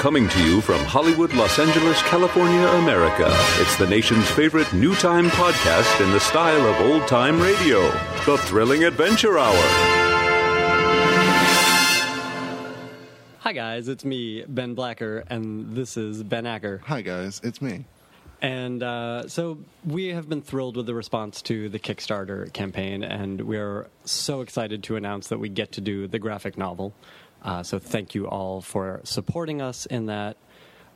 coming to you from Hollywood, Los Angeles, California, America, it's the nation's favorite new time podcast in the style of old time radio The Thrilling Adventure Hour. Hi guys, it's me, Ben Blacker, and this is Ben Acker. Hi guys, it's me. And uh, so we have been thrilled with the response to the Kickstarter campaign, and we are so excited to announce that we get to do the graphic novel. Uh, so thank you all for supporting us in that.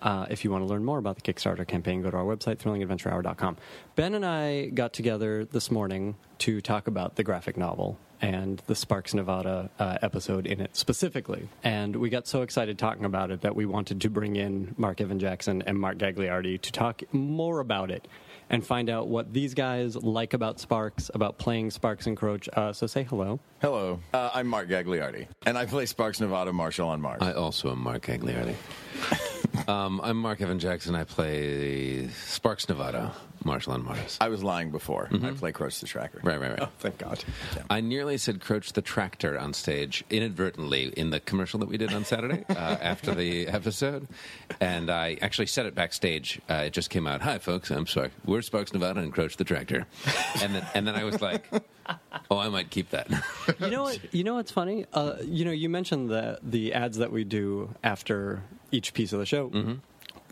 Uh, if you want to learn more about the Kickstarter campaign, go to our website, thrillingadventurehour.com. Ben and I got together this morning to talk about the graphic novel and the Sparks Nevada uh, episode in it specifically. And we got so excited talking about it that we wanted to bring in Mark Evan Jackson and Mark Gagliardi to talk more about it and find out what these guys like about Sparks, about playing Sparks and Croach. Uh, so say hello. Hello, uh, I'm Mark Gagliardi, and I play Sparks Nevada Marshall on Mars. I also am Mark Agliardi. um, I'm Mark Evan Jackson. I play Sparks Nevada, Marshall on Mars. Mm-hmm. I was lying before. I play Croach the Tracker. Oh, Right, right, right. Thank God. I nearly said Croach the Tractor on stage inadvertently in the commercial that we did on Saturday uh, after the episode. And I actually said it backstage. Uh, it just came out, Hi, folks, I'm sorry. We're Sparks Nevada and Croach the Tractor. And then, and then I was like, Oh, I might keep that. you know what? You know what's funny? Uh, you know, you mentioned the the ads that we do after each piece of the show. Mm-hmm.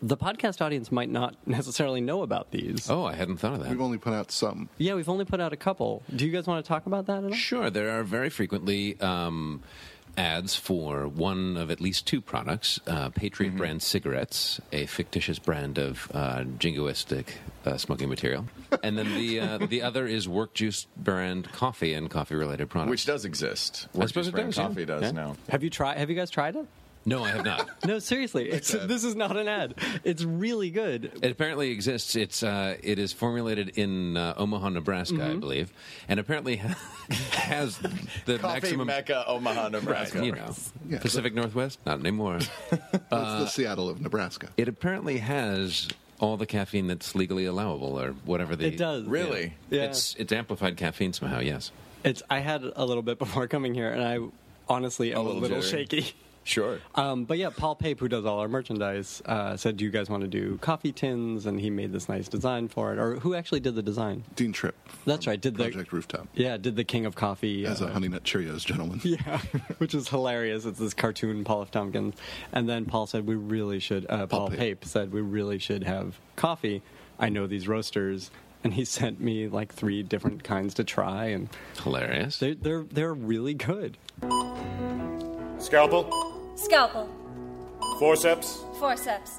The podcast audience might not necessarily know about these. oh, I hadn't thought of that. We've only put out some. Yeah, we've only put out a couple. Do you guys want to talk about that at all? Sure, there are very frequently um, ads for one of at least two products uh, Patriot Mm-hmm. Brand Cigarettes, a fictitious brand of uh, jingoistic uh, smoking material. And then the, uh, the other is Work Juice Brand Coffee and coffee related products. Which does exist. Work suppose Juice it Brand does, yeah. Coffee does Yeah. now. Have you tried? Have you guys tried it? No, I have not. No, seriously. It's, this is not an ad. It's really good. It apparently exists. It's uh, it is formulated in uh, Omaha, Nebraska, Mm-hmm. I believe, and apparently ha- has the Coffee maximum. Mecca, Omaha, Nebraska. you know, Yeah. Pacific Northwest, not anymore. That's the Seattle of Nebraska. it apparently has all the caffeine that's legally allowable, or whatever the It does. Really? Yeah. It's it's amplified caffeine somehow. Yes. It's. I had a little bit before coming here, and I honestly am a little little, jittery. shaky. Sure. Um, but yeah, Paul Pape, who does all our merchandise, uh, said, "Do you guys want to do coffee tins?" And he made this nice design for it. Or who actually did the design? Dean Tripp. That's right. Did the Project Rooftop. Yeah, did the King of Coffee As a uh, Honey Nut Cheerios gentleman. Yeah, which is hilarious. It's this cartoon Paul F. Tompkins, and then Paul said we really should. Uh, Paul, Pape. Pape said we really should have coffee. I know these roasters, and he sent me like three different kinds to try, and Hilarious. they're they're they're really good. Scalpel, Scalpel, forceps, forceps,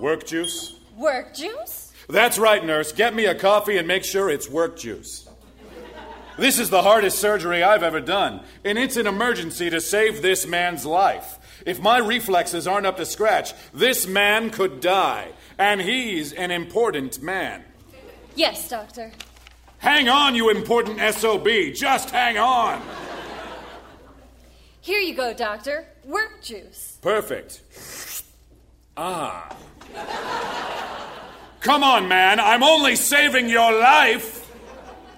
work juice. work juice? That's right, nurse. Get me a coffee and make sure it's work juice. This is the hardest surgery I've ever done, and it's an emergency to save this man's life. If my reflexes aren't up to scratch, this man could die, and he's an important man. Yes, doctor. Hang on, you important SOB. Just hang on. Here you go, doctor. Work juice. Perfect. Ah. Come on, man. I'm only saving your life.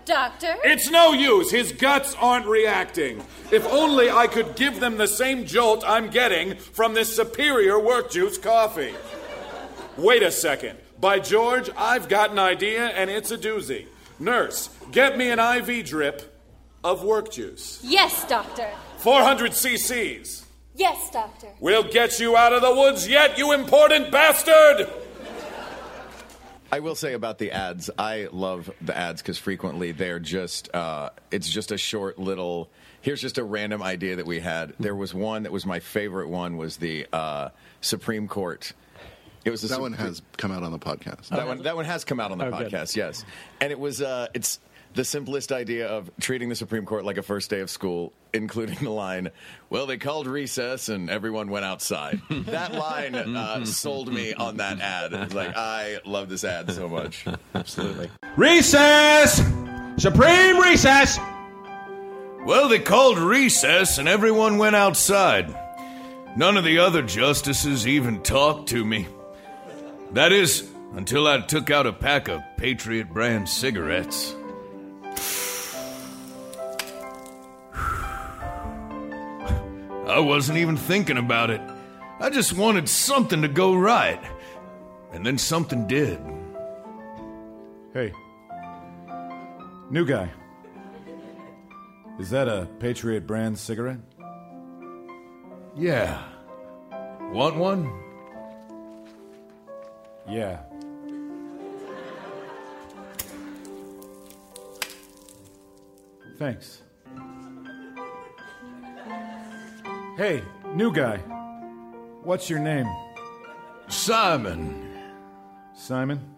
Doctor? It's no use. His guts aren't reacting. If only I could give them the same jolt I'm getting from this superior work juice coffee. Wait a second. By George, I've got an idea and it's a doozy. Nurse, get me an IV drip of work juice. Yes, doctor. 400 cc's. Yes, doctor. We'll get you out of the woods yet, you important bastard! I will say about the ads, I love the ads because frequently they're just, uh, it's just a short little, here's just a random idea that we had. There was one that was my favorite one was the uh, Supreme Court. It was the That Sup- one has come out on the podcast. that one that one has come out on the Oh, good. podcast, yes. And it was uh, it's the simplest idea of treating the Supreme Court like a first day of school, including the line, "Well, they called recess and everyone went outside." that line Mm-hmm. uh, sold me on that ad. It was like I love this ad so much. Absolutely. Recess! Supreme recess! Well, they called recess and everyone went outside. None of the other justices even talked to me. That is, until I took out a pack of Patriot brand cigarettes. I wasn't even thinking about it. I just wanted something to go right. And then something did. Hey. New guy. Is that a Patriot brand cigarette? Yeah. Want one? Yeah. Thanks. Hey, new guy. What's your name? Simon. Simon?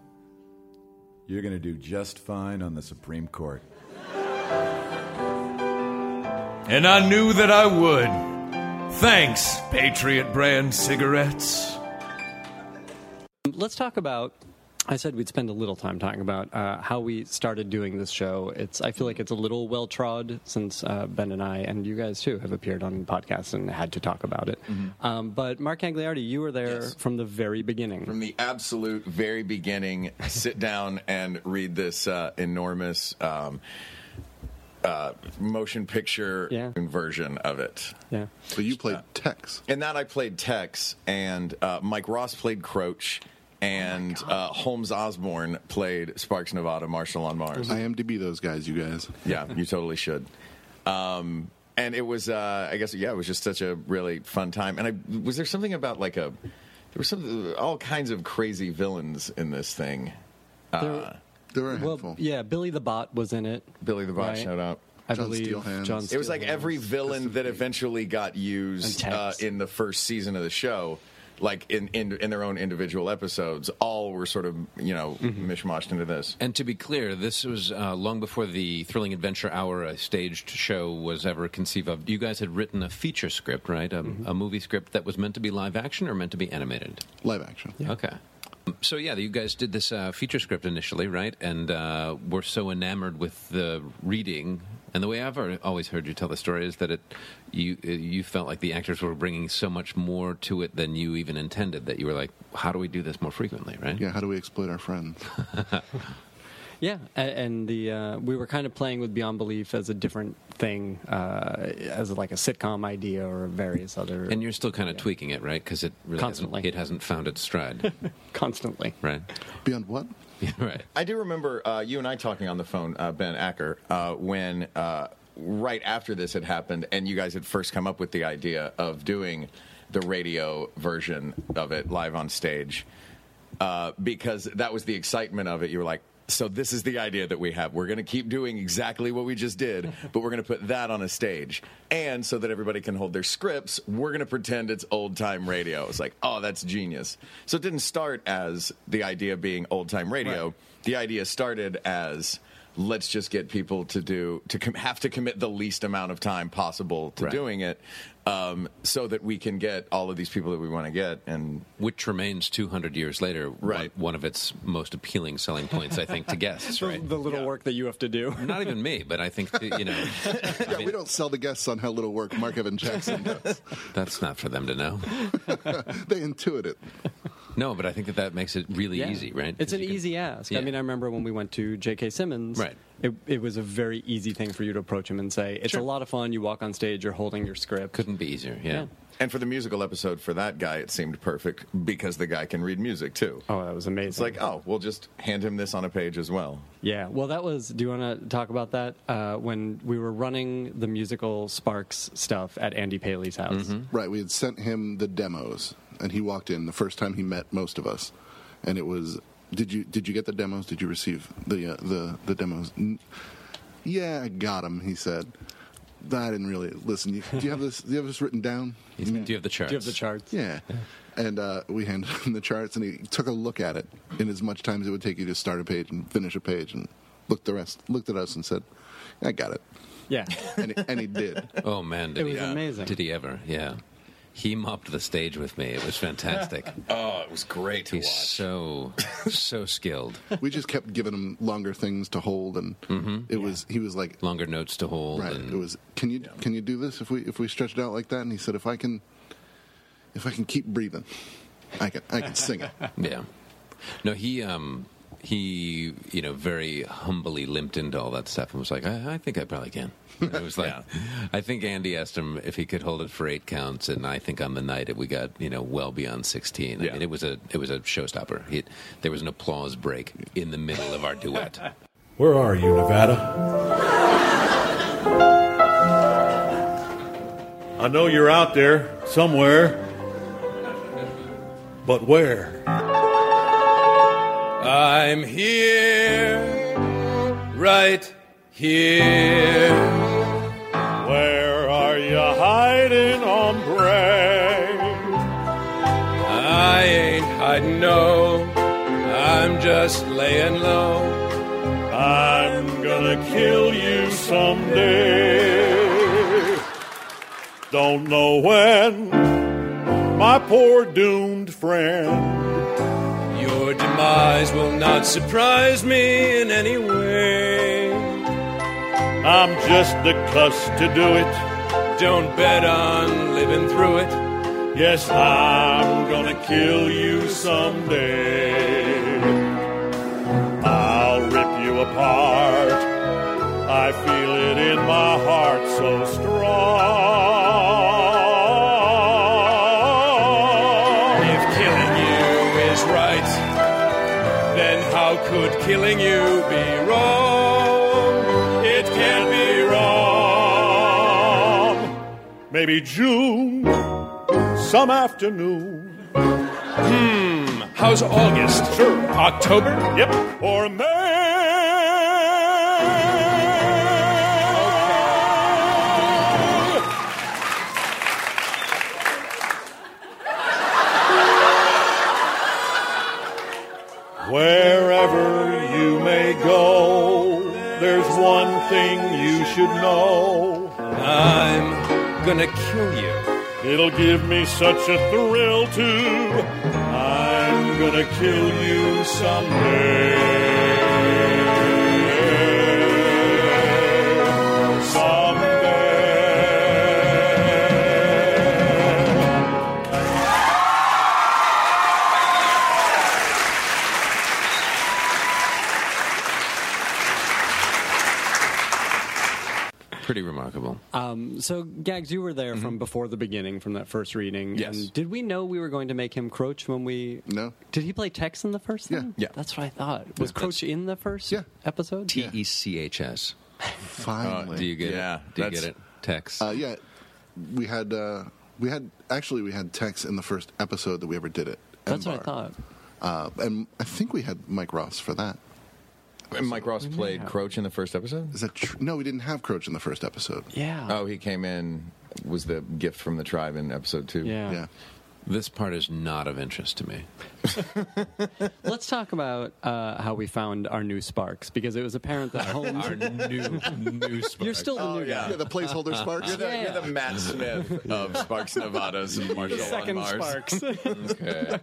You're going to do just fine on the Supreme Court. And I knew that I would. Thanks, Patriot brand cigarettes. Let's talk about. I said we'd spend a little time talking about uh, how we started doing this show. It's I feel like it's a little well trod since uh, Ben and I and you guys too have appeared on podcasts and had to talk about it. Mm-hmm. Um, but Mark Angliardi, you were there from the very beginning. From the absolute very beginning, sit down and read this uh, enormous um, uh, motion picture Yeah. version of it. yeah, So you played Tex. In Uh, that, I played Tex, and uh, Mike Ross played Croach, and uh, Holmes Osborne played Sparks Nevada Marshall on Mars. I am to be those guys, you guys. yeah, you totally should. Um, and it was, uh, I guess, yeah, it was just such a really fun time. And I was there something about like a there was some all kinds of crazy villains in this thing. Uh, There were a handful. well, yeah, Billy the Bot was in it. Billy the Bot Right. showed up. I John believe Steelhands. John. It was like Steelhands. every villain that eventually got used And uh, text. in the first season of the show, like in, in in their own individual episodes, all were sort of you know Mm-hmm. mishmashed into this. And to be clear, this was uh, long before the Thrilling Adventure Hour, a staged show, was ever conceived of. You guys had written a feature script, right? A, Mm-hmm. a movie script that was meant to be live action or meant to be animated? Live action. Okay. So yeah, you guys did this uh, feature script initially, right? And uh, were so enamored with the reading. And the way I've al- always heard you tell the story is that it you you felt like the actors were bringing so much more to it than you even intended. That you were like, how do we do this more frequently, right? Yeah, how do we exploit our friends? Yeah, a- and the uh, we were kind of playing with Beyond Belief as a different thing, uh, as like a sitcom idea or various other. And you're still kind of tweaking it, right? Because it really Constantly. hasn't, it hasn't found its stride, constantly. right? Beyond what? Yeah, right. I do remember uh, you and I talking on the phone, uh, Ben Acker, uh, when uh, right after this had happened, and you guys had first come up with the idea of doing the radio version of it live on stage, uh, because that was the excitement of it. You were like. So this is the idea that we have. We're going to keep doing exactly what we just did, but we're going to put that on a stage. And so that everybody can hold their scripts, we're going to pretend it's old-time radio. It's like, "Oh, that's genius." So it didn't start as the idea being old-time radio the idea started as let's just get people to do to com- have to commit the least amount of time possible to Right. doing it um, so that we can get all of these people that we want to get and Which remains 200 years later, one- Right. one, of its most appealing selling points, I think, to guests, right? The little work that you have to do. Not even me, but I think, you know, Yeah, we don't sell the guests on how little work Mark Evan Jackson does. that's not for them to know. they intuit it. No, but I think that that makes it really Yeah. easy, right? It's 'Cause an you can- easy ask. Yeah. I mean, I remember when we went to J.K. Simmons. Right. It, it was a very easy thing for you to approach him and say, "It's a lot of fun. You walk on stage. You're holding your script. Couldn't be easier. Yeah. And for the musical episode for that guy, it seemed perfect because the guy can read music too. Oh, that was amazing. It's like, oh, we'll just hand him this on a page as well. Yeah, well, that was. Do you want to talk about that? Uh, when we were running the musical Sparks stuff at Andy Paley's house. Mm-hmm. Right, we had sent him the demos, and he walked in the first time he met most of us, and it was. Did you did you get the demos? Did you receive the uh, the the demos? "N- Yeah, I got them. He said. I didn't really listen. You, do you have this? Do you have this written down? He's- Do you have the charts? Do you have the charts? Yeah. And uh, we handed him the charts, and he took a look at it in as much time as it would take you to start a page and finish a page, and looked the rest looked at us and said, "I got it," Yeah, and he, and he did. Oh man, did It he, was amazing. Did he ever? Yeah. He mopped the stage with me. It was fantastic. Oh, it was great to He's so so skilled. We just kept giving him longer things to hold, and it was he was like, Longer notes to hold. Right. and- It was. Can you can you do this if we if we stretch it out like that? And he said, if I can, if I can keep breathing, I can I can sing it. Yeah. No, he um he you know very humbly limped into all that stuff and was like, I, I think I probably can. And it was like, I think Andy asked him if he could hold it for eight counts, and I think on the night it, we got you know well beyond sixteen. I Yeah. mean, it was a it was a showstopper. He, there was an applause break in the middle of our duet. Where are you, Nevada? I know you're out there somewhere, but where? I'm Ah, here, right here. Where are you hiding, hombre? I ain't hiding, no. I'm just laying low. I'm gonna kill you someday. Don't know when, my poor doomed friend. Your demise will not surprise me in any way. I'm just the cuss to do it. Don't bet on living through it. Yes, I'm gonna kill you someday. I'll rip you apart. I feel it in my heart so strong. If killing you is right, then how could killing you be wrong? It can't be wrong. Maybe June, some afternoon. Hmm, how's August? Sure. October? Yep. Or May. Wherever you may go, there's one thing you should know. I'm gonna kill you. It'll give me such a thrill to. I'm gonna kill you someday. Someday. Pretty remarkable. Um, so, Gags, you were there from before the beginning, from that first reading. Mm-hmm. Yes. And did we know we were going to make him Croach when we? No. Did he play Tex in the first? Yeah. Thing? Yeah. That's what I thought. Was Yeah, Croach in the first? Yeah. Episode. T E C H S. Uh, Finally, Do you get it? Do you get it? Text. Uh, yeah, we had uh, we had actually we had Tex in the first episode that we ever did it. That's what I thought. Uh, and I think we had Mike Ross for that. And Mike Ross played Croach in the first episode? Is that tr- no? We didn't have Croach in the first episode. Yeah. Oh, he came in, was the gift from the tribe in episode two. Yeah. Yeah. This part is not of interest to me. Let's talk about uh, how we found our new Sparks because it was apparent that Holmes. Our new new spark. You're still the Oh, new guy. Yeah, the placeholder sparks. You're the, you're the Matt Smith of Sparks Nevadas and Marshall the second on Mars. Sparks. Okay.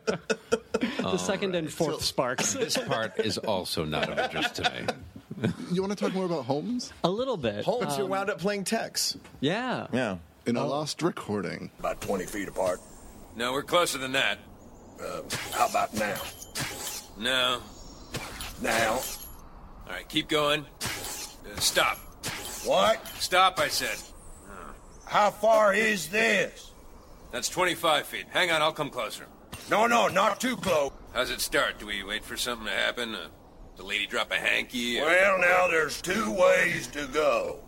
the second and fourth Sparks. This part is also not of interest to me. You want to talk more about Holmes? A little bit. Holmes, who Um, wound up playing Tex. Yeah. Oh. Yeah. In a lost recording. About 20 feet apart. No, we're closer than that. Uh, how about now? No. Now? All right, keep going. Uh, stop. What? Stop, I said. How far is this? That's 25 feet. Hang on, I'll come closer. No, no, not too close. How's it start? Do we wait for something to happen? Uh, the lady drop a hanky? or- Well, now there's two ways to go.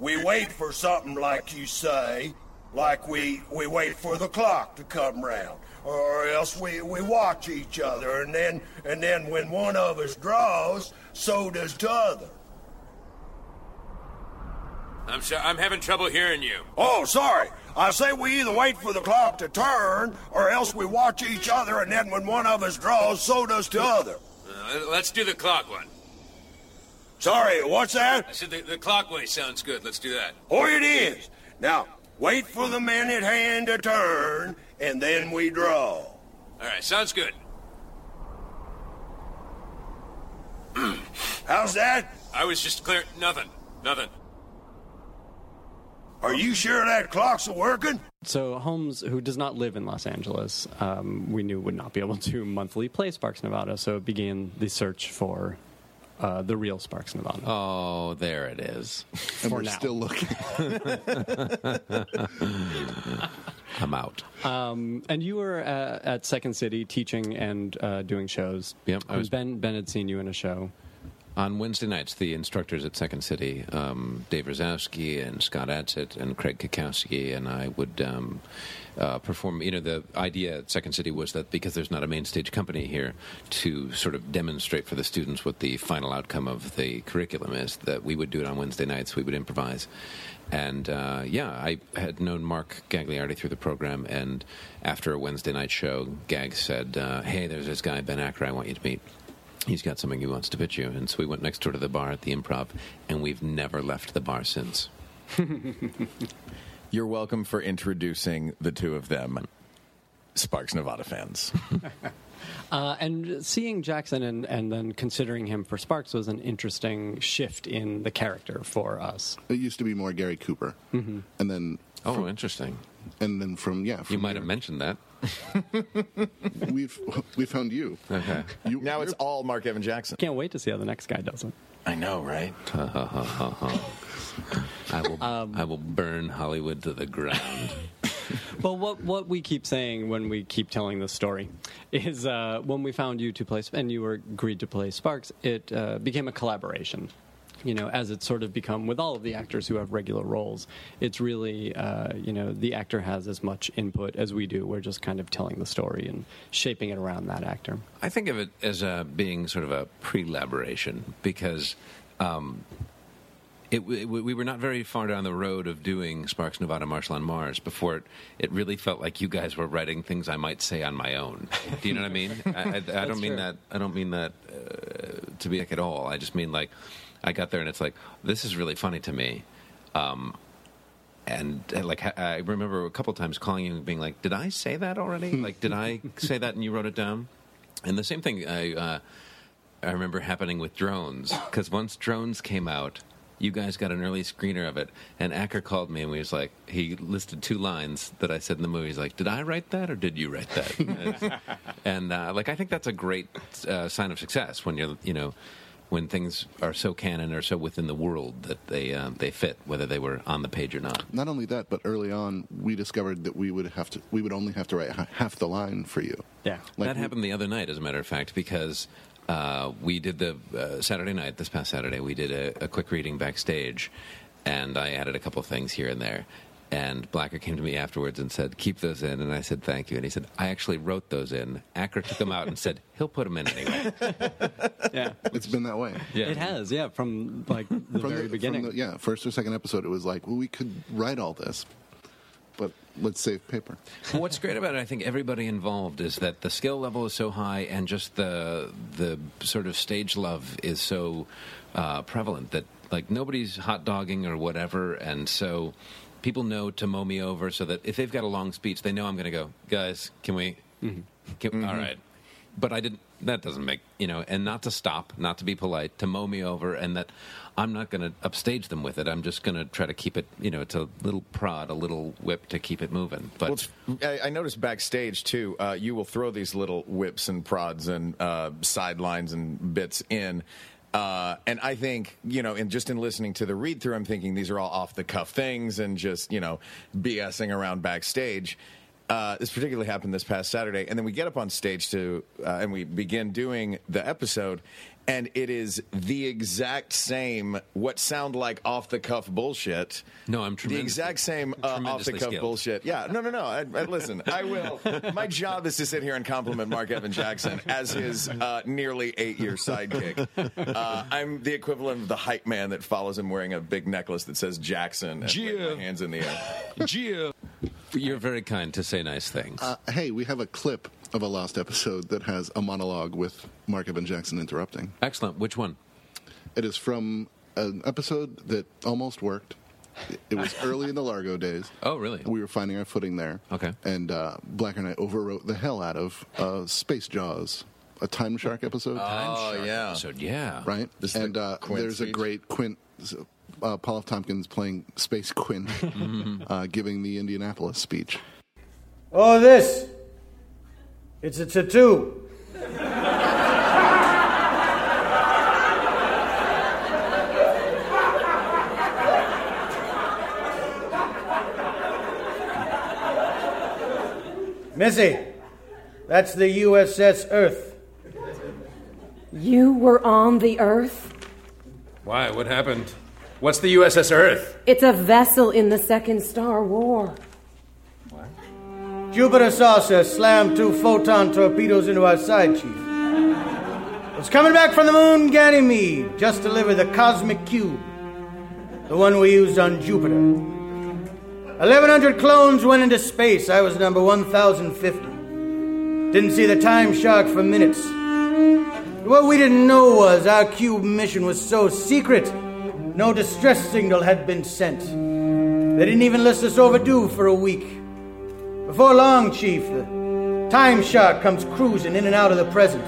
We wait for something like you say, like we, we wait for the clock to come round, or else we, we watch each other, and then and then when one of us draws, so does the other. I'm so- I'm having trouble hearing you. Oh, sorry. I say we either wait for the clock to turn, or else we watch each other, and then when one of us draws, so does the other. Uh, let's do the clock one. Sorry, what's that? I said the, the clock way sounds good. Let's do that. Oh, it is. Now, wait for the man at hand to turn, and then we draw. All right, sounds good. How's that? I was just clear. Nothing. Nothing. Are you sure that clock's working? So Holmes, who does not live in Los Angeles, um, we knew would not be able to monthly play Sparks Nevada, so it began the search for uh, the real Sparks Nevada. Oh, there it is. And For we're now. still looking. I'm out. Um, and you were uh, at Second City teaching and uh, doing shows. Yep, I And was- Ben Ben had seen you in a show. On Wednesday nights, the instructors at Second City, um, Dave Rosowski and Scott Adsett and Craig Kakowski, and I would um, uh, perform. You know, the idea at Second City was that because there's not a main stage company here to sort of demonstrate for the students what the final outcome of the curriculum is, that we would do it on Wednesday nights. We would improvise. And uh, yeah, I had known Mark Gagliardi through the program, and after a Wednesday night show, Gag said, uh, Hey, there's this guy, Ben Acker, I want you to meet he's got something he wants to pitch you. And so we went next door to the bar at the improv, and we've never left the bar since. You're welcome for introducing the two of them, Sparks Nevada fans. Uh, and seeing Jackson and, and then considering him for Sparks was an interesting shift in the character for us. It used to be more Gary Cooper, mm-hmm. and then oh, interesting. And then from yeah, from you might have mentioned that. we've we found you. Okay. now it's all Mark Evan Jackson. Can't wait to see how the next guy does it. I know, right? Um, I will, I will burn Hollywood to the ground. Well, what what we keep saying when we keep telling this story is uh, when we found you to play and you were agreed to play Sparks, it uh, became a collaboration. You know, as it's sort of become with all of the actors who have regular roles, it's really uh, you know the actor has as much input as we do. We're just kind of telling the story and shaping it around that actor. I think of it as uh, being sort of a pre-laboration because um, it, w- we were not very far down the road of doing Sparks Nevada Marshall on Mars before it, it really felt like you guys were writing things I might say on my own. Do you know what I mean? I, I, I That's don't mean true. that. I don't mean that uh, to be like at all. I just mean like I got there and it's like this is really funny to me. Um, and uh, like ha- I remember a couple times calling you and being like, "Did I say that already? like, did I say that and you wrote it down?" And the same thing I uh, I remember happening with drones because once drones came out, you guys got an early screener of it, and Acker called me and we was like, he listed two lines that I said in the movie. He's like, "Did I write that or did you write that?" It's- and uh, like I think that's a great uh, sign of success when you're you know. When things are so canon or so within the world that they um, they fit, whether they were on the page or not. Not only that, but early on we discovered that we would have to we would only have to write ha- half the line for you. Yeah, that happened the other night, as a matter of fact, because uh, we did the uh, Saturday night this past Saturday. We did a, a quick reading backstage, and I added a couple of things here and there. And Blacker came to me afterwards and said, "Keep those in." And I said, "Thank you." And he said, "I actually wrote those in." Acker took them out and said, "He'll put them in anyway." yeah, it's been that way. Yeah. It has, yeah, from like the From very from beginning. the- yeah, first or second episode, it was like, well, we could write all this, but let's save paper. What's great about it, I think everybody involved is that the skill level is so high, and just the the sort of stage love is so uh, prevalent that like nobody's hot dogging or whatever, and so people know to mow me Mm-hmm. over so that if they've got a long speech, they know I'm going to go, guys, can we? can- all right. but I didn't. That doesn't make you know, and not to stop, not to be polite, to mow me over, and that I'm not going to upstage them with it. I'm just going to try to keep it. You know, it's a little prod, a little whip to keep it moving. But well, it's- I, I noticed backstage too, uh, you will throw these little whips and prods and uh, sidelines and bits in. Uh, and I think, you know, and just in listening to the read through, I'm thinking these are all off the cuff things and just, you know, BSing around backstage. Uh, this particularly happened this past Saturday. And then we get up on stage to, uh, and we begin doing the episode. And it is the exact same, what sound like off the cuff bullshit. No, I'm The exact same uh, off the tremendously cuff skilled. bullshit. Yeah, no, no, no. I, I, listen, I will. My job is to sit here and compliment Mark Evan Jackson as his uh, nearly eight year sidekick. Uh, I'm the equivalent of the hype man that follows him wearing a big necklace that says Jackson and with my hands in the air. Gia. You're very kind to say nice things. Uh, hey, we have a clip of a lost episode that has a monologue with Mark Evan Jackson interrupting. Excellent. Which one? It is from an episode that almost worked. It was early in the Largo days. Oh, really? We were finding our footing there. Okay. And uh, Blacker and I overwrote the hell out of uh, Space Jaws, a Time Shark episode. Time Oh, Shark yeah. episode, yeah. Right? This is and the uh, Quint there's a speech. great Quint, uh, Paul F. Tompkins playing Space Quint, uh, giving the Indianapolis speech. Oh, this. It's a tattoo. Missy, that's the USS Earth. You were on the Earth? Why? What happened? What's the USS Earth? It's a vessel in the Second Star War. Jupiter saucer slammed two photon torpedoes into our side, Chief. It was coming back from the moon Ganymede, just delivered the cosmic cube, the one we used on Jupiter. 1,100 clones went into space. I was number 1,050. Didn't see the time shark for minutes. What we didn't know was our cube mission was so secret, no distress signal had been sent. They didn't even list us overdue for a week. Before long, Chief, the Time Shark comes cruising in and out of the present.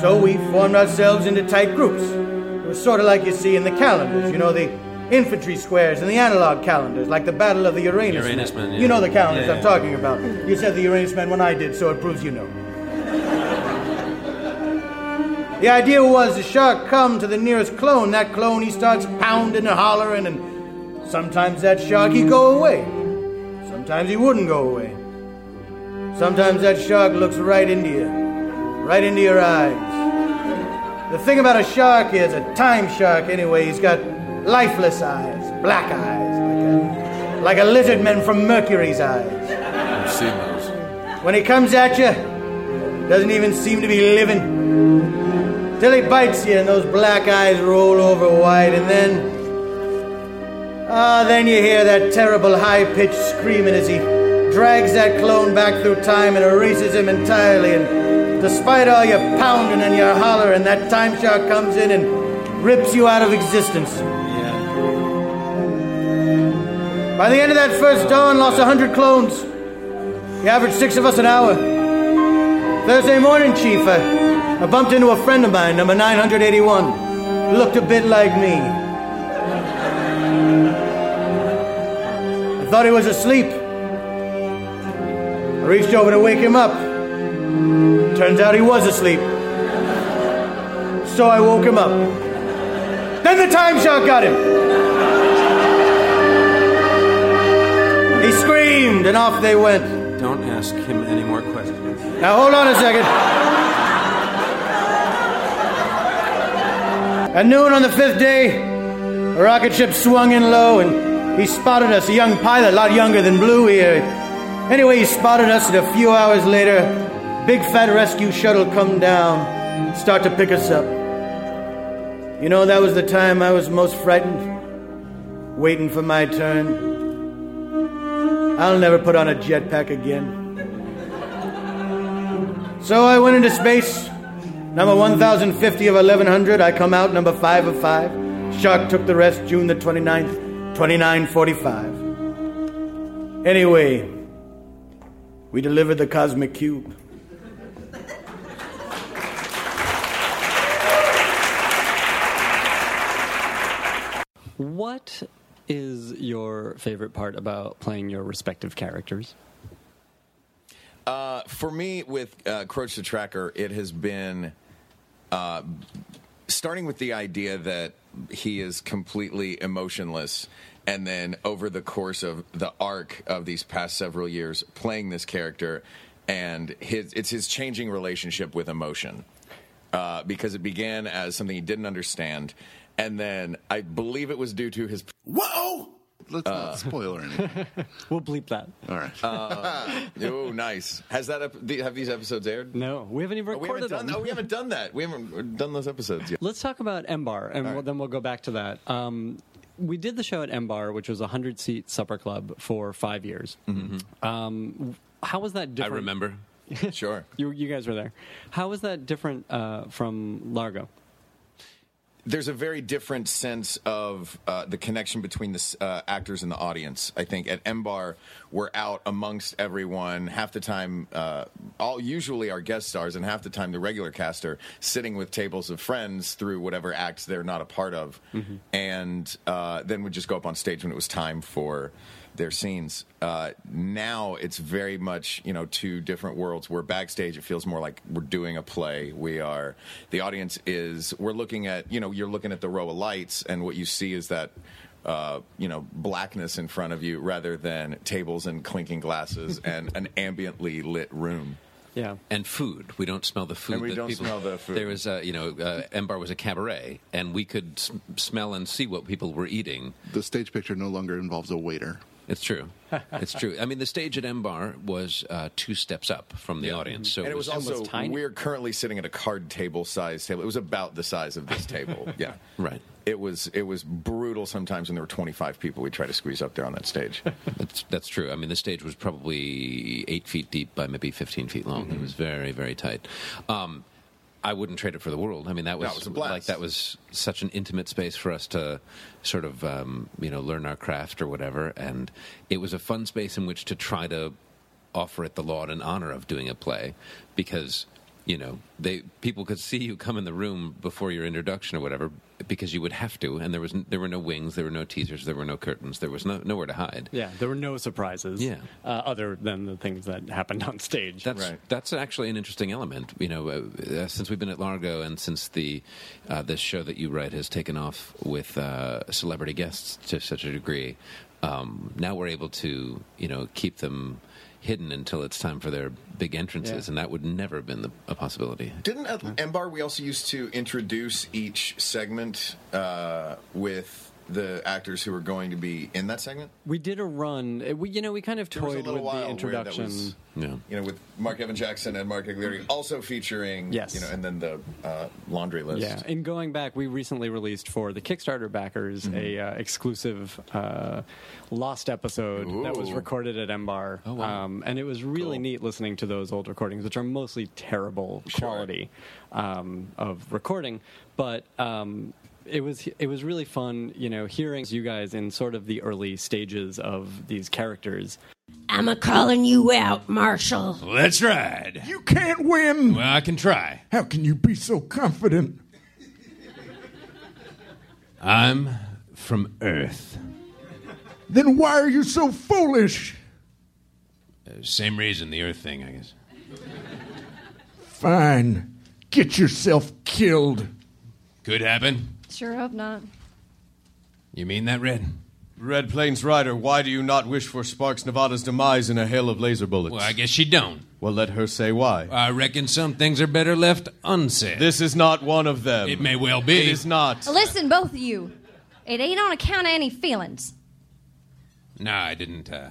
So we formed ourselves into tight groups. It was sort of like you see in the calendars, you know, the infantry squares and the analog calendars, like the Battle of the Uranus. Uranus Men. Men, yeah. You know the calendars Yeah, I'm yeah. talking about. You said the Uranus Men when I did, so it proves you know. The idea was the shark come to the nearest clone. That clone he starts pounding and hollering, and sometimes that shark he go away. Sometimes he wouldn't go away. Sometimes that shark looks right into you, right into your eyes. The thing about a shark is a time shark anyway. He's got lifeless eyes, black eyes, like a, like a lizard man from Mercury's eyes. I've seen those. When he comes at you, doesn't even seem to be living. Till he bites you and those black eyes roll over wide, and then. Ah, then you hear that terrible high pitched screaming as he drags that clone back through time and erases him entirely. And despite all your pounding and your hollering, that time shark comes in and rips you out of existence. By the end of that first dawn, lost 100 clones. The average six of us an hour. Thursday morning, Chief, uh, I, I bumped into a friend of mine, number 981. Looked a bit like me. I thought he was asleep. I reached over to wake him up. Turns out he was asleep. So I woke him up. Then the time shot got him. He screamed, and off they went. Don't ask him any more questions. Now hold on a second. At noon on the fifth day, the rocket ship swung in low and he spotted us, a young pilot, a lot younger than Blue here. Anyway, he spotted us, and a few hours later, big fat rescue shuttle come down, start to pick us up. You know, that was the time I was most frightened, waiting for my turn. I'll never put on a jetpack again. So I went into space. Number 1050 of 1100, I come out number 5 of 5. Shark took the rest June the 29th, 2945. Anyway, we delivered the cosmic cube. What is your favorite part about playing your respective characters? Uh, for me, with uh, Crouch the Tracker, it has been uh, starting with the idea that he is completely emotionless, and then over the course of the arc of these past several years, playing this character, and his it's his changing relationship with emotion, uh, because it began as something he didn't understand, and then I believe it was due to his whoa. Let's Uh. not spoil or anything. we'll bleep that. All right. Uh, oh, nice. Has that ep- the- have these episodes aired? No, we haven't even we haven't recorded done, them. oh, we haven't done that. We haven't done those episodes yet. Let's talk about MBAR, and we'll, then we'll go back to that. Um, we did the show at MBAR, which was a hundred seat supper club for five years. Mm-hmm. Um, how was that different? I remember. sure. You, you guys were there. How was that different uh, from Largo? there's a very different sense of uh, the connection between the s- uh, actors and the audience. I think at M Bar, we're out amongst everyone. Half the time, uh, all usually our guest stars, and half the time the regular caster sitting with tables of friends through whatever acts they're not a part of, Mm-hmm. and uh, then would just go up on stage when it was time for their scenes. Uh, now it's very much you know two different worlds. We're backstage. It feels more like we're doing a play. We are the audience is we're looking at you know you're looking at the row of lights and what you see is that. Uh, you know, blackness in front of you rather than tables and clinking glasses and an ambiently lit room. Yeah. And food. We don't smell the food. And we that don't people- smell the food. There was, a, you know, uh, M Bar was a cabaret, and we could s- smell and see what people were eating. The stage picture no longer involves a waiter. It's true. it's true. I mean, the stage at M Bar was uh, two steps up from the audience. So and it was also, tiny. we're currently sitting at a card table size table. It was about the size of this table. yeah. Right. It was it was brutal sometimes when there were 25 people we try to squeeze up there on that stage. That's, that's true. I mean, the stage was probably eight feet deep by maybe 15 feet long. Mm-hmm. It was very, very tight. Um, I wouldn't trade it for the world. I mean, that was, it was a blast. like that was such an intimate space for us to sort of um, you know learn our craft or whatever, and it was a fun space in which to try to offer it the laud and honor of doing a play because you know they people could see you come in the room before your introduction or whatever because you would have to, and there was n- there were no wings, there were no teasers, there were no curtains, there was no, nowhere to hide. Yeah, there were no surprises. Yeah. Uh, other than the things that happened on stage. That's that's actually an interesting element. You know, uh, uh, since we've been at Largo and since the uh, this show that you write has taken off with uh, celebrity guests to such a degree, um, now we're able to you know keep them hidden until it's time for their big entrances, Yeah. and that would never have been the, a possibility. Didn't at Embar we also used to introduce each segment uh, with the actors who were going to be in that segment? We did a run. Uh, We, you know, we kind of There was a toyed little with while the where that introduction. Mm-hmm. was- You know, with Mark Evan Jackson and Mark Igliri also featuring, Yes. you know, and then the uh, laundry list. Yeah, and going back, we recently released for the Kickstarter backers a uh, exclusive uh, lost episode that was Ooh. recorded at MBAR. Oh, wow. um, and it was really neat listening to those old recordings, which are mostly terrible quality um, of recording, but. Um, it was it was really fun, you know, hearing you guys in sort of the early stages of these characters. I'm a calling you out, Marshall. Let's ride. You can't win. Well, I can try. How can you be so confident? I'm from Earth. Then why are you so foolish? Uh, same reason, the Earth thing, I guess. Fine. Get yourself killed. Could happen. Sure hope not. You mean that, Red? Red Plains Rider, why do you not wish for Sparks Nevada's demise in a hail of laser bullets? Well, I guess she don't. Uh, Well, let her say why. I reckon some things are better left unsaid. This is not one of them. It may well be. It is not. Listen, both of you. It ain't on account of any feelings. No, I didn't. Uh,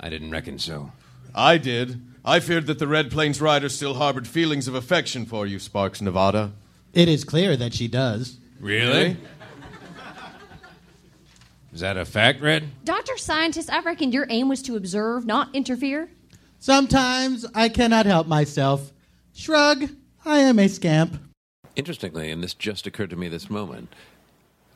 I didn't reckon so. I did. I feared that the Red Plains Rider still harbored feelings of affection for you, Sparks Nevada. It is clear that she does. Really? Is that a fact, Red? Dr. Scientist, I reckon your aim was to observe, not interfere. Sometimes I cannot help myself. Shrug, I am a scamp. Interestingly, and this just occurred to me this moment,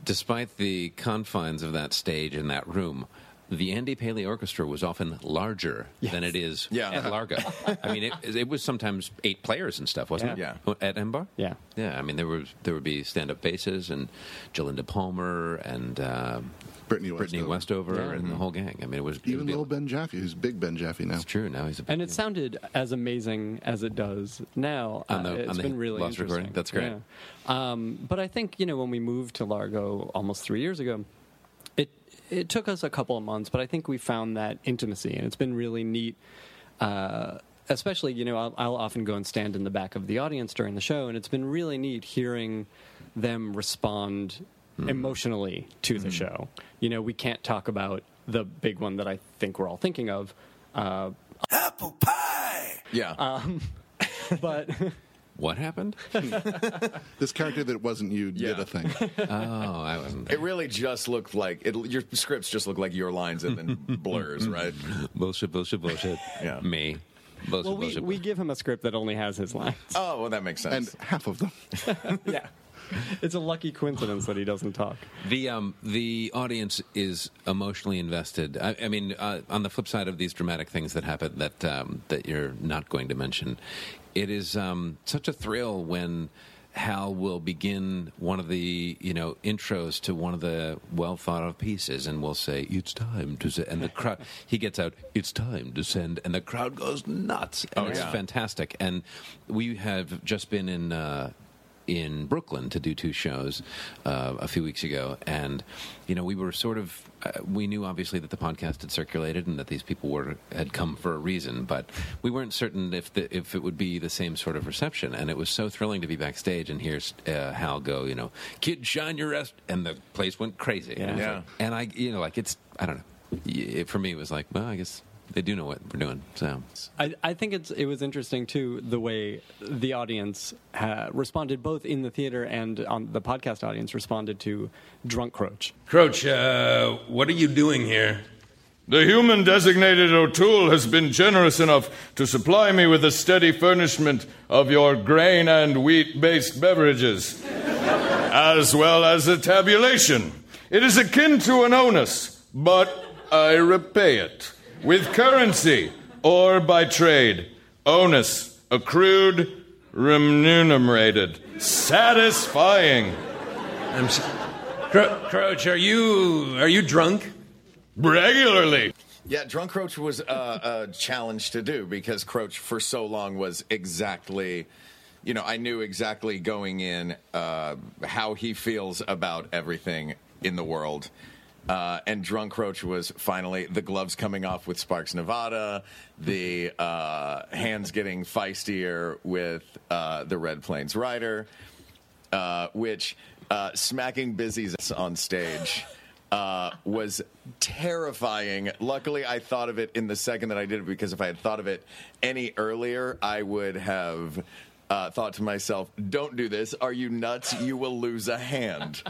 despite the confines of that stage and that room, the Andy Paley Orchestra was often larger than it is at Largo. I mean, it, it was sometimes eight players and stuff, wasn't Yeah. it? Yeah. At Embar? Yeah. Yeah. I mean, there were there would be stand up basses and Jalinda Palmer and um, Brittany Brittany Westover Yeah. and the whole gang. I mean, it was it Even would be- little Ben Jaffe, who's big Ben Jaffe now. It's true. Now he's a And it sounded as amazing as it does now. On the- uh, it's on the been really last interesting. recording? That's great. Yeah. Um, but I think you know when we moved to Largo almost three years ago, it it took us a couple of months, but I think we found that intimacy, and it's been really neat. Uh, especially, you know, I'll, I'll often go and stand in the back of the audience during the show, and it's been really neat hearing them respond Hmm. emotionally to the show. You know, we can't talk about the big one that I think we're all thinking of. Uh, Yeah. Um, but what happened? this character that wasn't you did a thing. oh, I wasn't. It really just looked like it, your scripts just look like your lines and then blurs, right? Bullshit, bullshit, bullshit. yeah. Me. Bullshit, well, we, bullshit. we give him a script that only has his lines. Oh, well, that makes sense. And half of them. yeah. It's a lucky coincidence that he doesn't talk. The um the audience is emotionally invested. I, I mean, uh, on the flip side of these dramatic things that happen that um, that you're not going to mention, it is um, such a thrill when Hal will begin one of the you know intros to one of the well thought of pieces, and will say, "It's time to," se-" and the crowd he gets out, "It's time to send," and the crowd goes nuts. And Oh, it's yeah. fantastic. And we have just been in. Uh, in Brooklyn to do two shows uh, a few weeks ago, and you know we were sort of uh, we knew obviously that the podcast had circulated and that these people were had come for a reason, but we weren't certain if the, if it would be the same sort of reception. And it was so thrilling to be backstage and hear uh, Hal go, you know, "Kid, shine your ass," and the place went crazy. And, it was Yeah. like- and I, you know, like it's I don't know. Y- It, for me, it was like, well, I guess they do know what we're doing. So I, I think it's it was interesting too the way the audience uh, responded both in the theater and on the podcast audience responded to drunk croach. Croach, uh, what are you doing here? The human designated O'Toole has been generous enough to supply me with a steady furnishment of your grain and wheat based beverages, as well as a tabulation. It is akin to an onus, but I repay it with currency or by trade. Onus, accrued, remunerated, satisfying. I'm s Cro- Croach, are you are you drunk? Regularly. Yeah, Drunk Croach was uh, a challenge to do because Croach for so long was exactly, you know, I knew exactly going in uh, how he feels about everything in the world. Uh, and Drunk Croach was finally the gloves coming off with Sparks Nevada, the uh, hands getting feistier with uh, the Red Plains Rider uh, which uh, smacking busies on stage uh, was terrifying. Luckily, I thought of it in the second that I did it because if I had thought of it any earlier, I would have. Uh, thought to myself, "Don't do this. Are you nuts? You will lose a hand."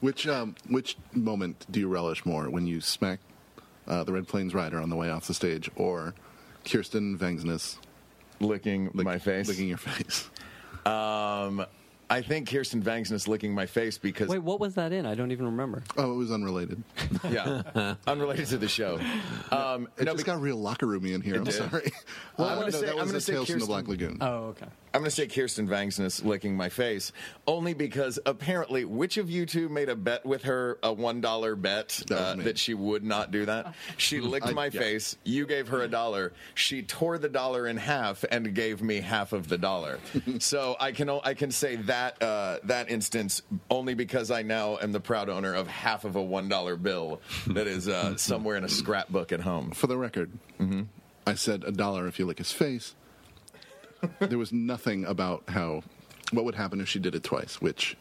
Which um, which moment do you relish more when you smack uh, the Red Plains Rider on the way off the stage, or Kirsten Vangsness licking my face, licking your face? Um, I think Kirsten Vangsness licking my face because Wait, what was that in? I don't even remember. Oh, it was unrelated. yeah, unrelated to the show. Um, It no, just be- got real locker roomy in here. It I'm did. sorry. Well, Uh, I'm gonna no, say- that I'm was gonna a say Tales from the Kirsten- Black Lagoon. Oh, okay. I'm going to say Kirsten Vangsness licking my face, only because apparently, which of you two made a bet with her, a $1 bet That was uh, me. that she would not do that? She licked I- my yeah. face. You gave her a dollar. She tore the dollar in half and gave me half of the dollar. so I can, o- I can say that, uh, that instance only because I now am the proud owner of half of a $1 bill that is uh, somewhere in a scrapbook at home. For the record, Mm-hmm. I said a dollar if you lick his face. there was nothing about how what would happen if she did it twice, which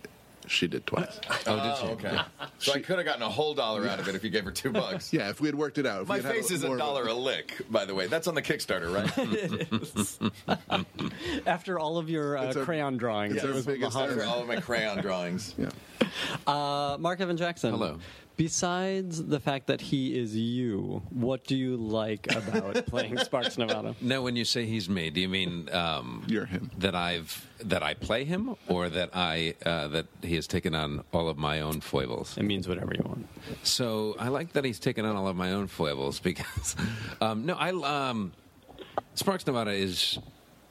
she did twice. Oh, okay. So I could have gotten a whole dollar out of it if you gave her two bucks. Yeah, if we had worked it out. if My we had had face is more a of dollar a lick, by the way. That's on the Kickstarter, right? After all of your uh, It's our- crayon drawings, it's it our was biggest the hot- ever. All of my crayon drawings. Yeah. Uh, Mark Evan Jackson. Hello. Besides the fact that he is you, what do you like about playing Sparks Nevada? Now, when you say he's me, do you mean um, you're him? That I've that I play him, or that I uh, that he has taken on all of my own foibles? It means whatever you want. So I like that he's taken on all of my own foibles because um, no, I um, Sparks Nevada is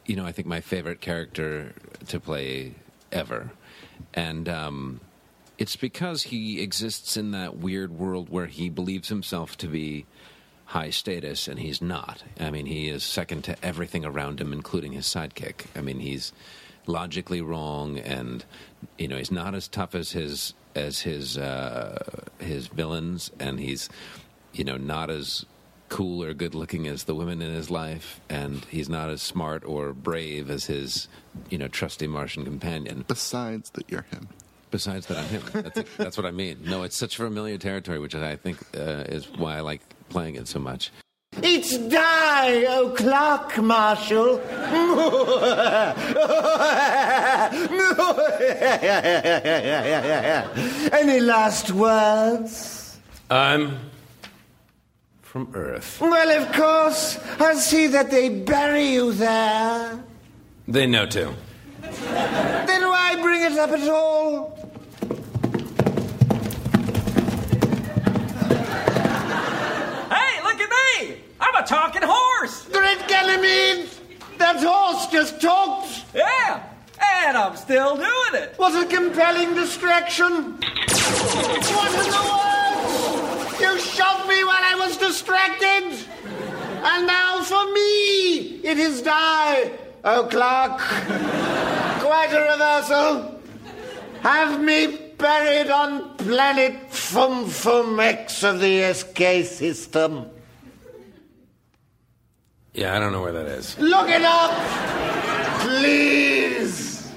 you know I think my favorite character to play ever, and. Um, it's because he exists in that weird world where he believes himself to be high status and he's not. I mean, he is second to everything around him, including his sidekick. I mean, he's logically wrong and you know he's not as tough as his as his uh, his villains and he's you know not as cool or good looking as the women in his life and he's not as smart or brave as his you know trusty martian companion besides that you're him Besides that, I'm him. That's, it. That's what I mean. No, it's such familiar territory, which I think uh, is why I like playing it so much. It's die o'clock, Marshal. Any last words? I'm from Earth. Well, of course. I see that they bury you there. They know too. Then why bring it up at all? Hey, look at me! I'm a talking horse! Great Ganymede! That horse just talked! Yeah! And I'm still doing it! What a compelling distraction! What in the world? You shot me while I was distracted! And now for me! It is die! O'clock! Quite a reversal! Have me buried on planet Fum Fum X of the SK system. Yeah, I don't know where that is. Look it up! Please!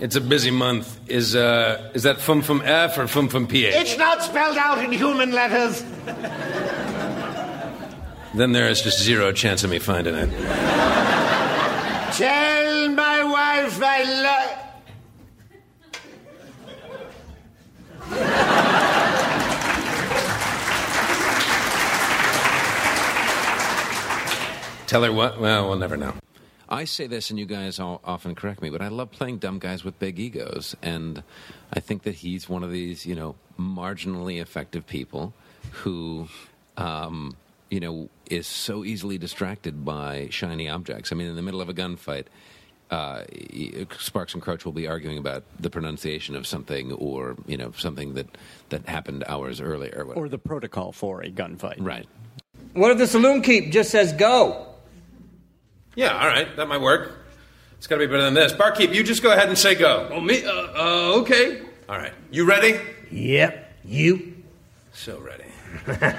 It's a busy month. Is uh, is that Fum Fum F or Fum Fum PH? It's not spelled out in human letters. Then there is just zero chance of me finding it. Tell my wife I love. Tell her what? Well, we'll never know. I say this, and you guys all often correct me, but I love playing dumb guys with big egos, and I think that he's one of these, you know, marginally effective people who, um, you know, is so easily distracted by shiny objects. I mean, in the middle of a gunfight, uh, Sparks and Crouch will be arguing about the pronunciation of something, or you know, something that that happened hours earlier, or, or the protocol for a gunfight. Right. What if the saloon keep just says go? Yeah, all right, that might work. It's got to be better than this. Barkeep, you just go ahead and say go. Oh, me? Uh, uh, okay. All right, you ready? Yep, you. So ready.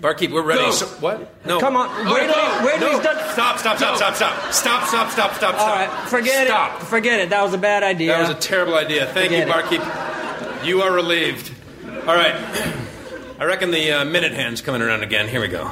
Barkeep, we're ready. Go. So, what? No. Come on, wait till no, he- wait till no. he's done- Stop, stop, stop, Go. stop, stop. Stop, stop, stop, stop, All stop. right, forget Stop. it. Forget it. That was a bad idea. That was a terrible idea. Thank Forget you, Barkeep. You are relieved. All right. I reckon the uh, minute hand's coming around again. Here we go.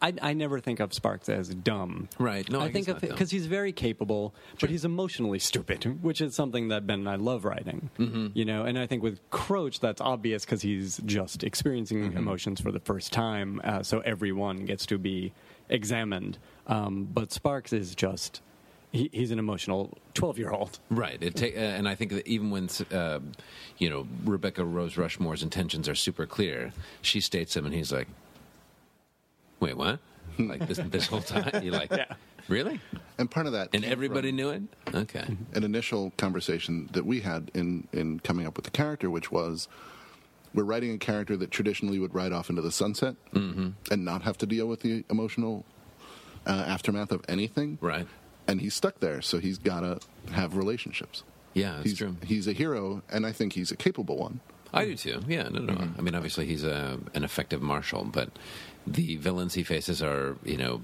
I, I never think of Sparks as dumb. Right. No, I he's think of not dumb. because he's very capable, but he's emotionally stupid, which is something that Ben and I love writing. Mm-hmm. You know, and I think with Croach, that's obvious because he's just experiencing Mm-hmm. emotions for the first time, uh, so everyone gets to be examined. Um, but Sparks is just. He, he's an emotional 12 year old. Right. It ta- uh, and I think that even when, uh, you know, Rebecca Rose Rushmore's intentions are super clear, she states them, and he's like, "Wait, what?" Like this, this whole time, you're like, "Really?" And part of that. And everybody knew it. Okay. Mm-hmm. an initial conversation that we had in in coming up with the character, which was we're writing a character that traditionally would ride off into the sunset Mm-hmm. and not have to deal with the emotional uh, aftermath of anything. Right. And he's stuck there, so he's got to have relationships. Yeah, that's he's, true. He's a hero, and I think he's a capable one. I do too. Yeah, no, no. Mm-hmm. I mean, uh, obviously he's a, an effective marshal, but the villains he faces are, you know,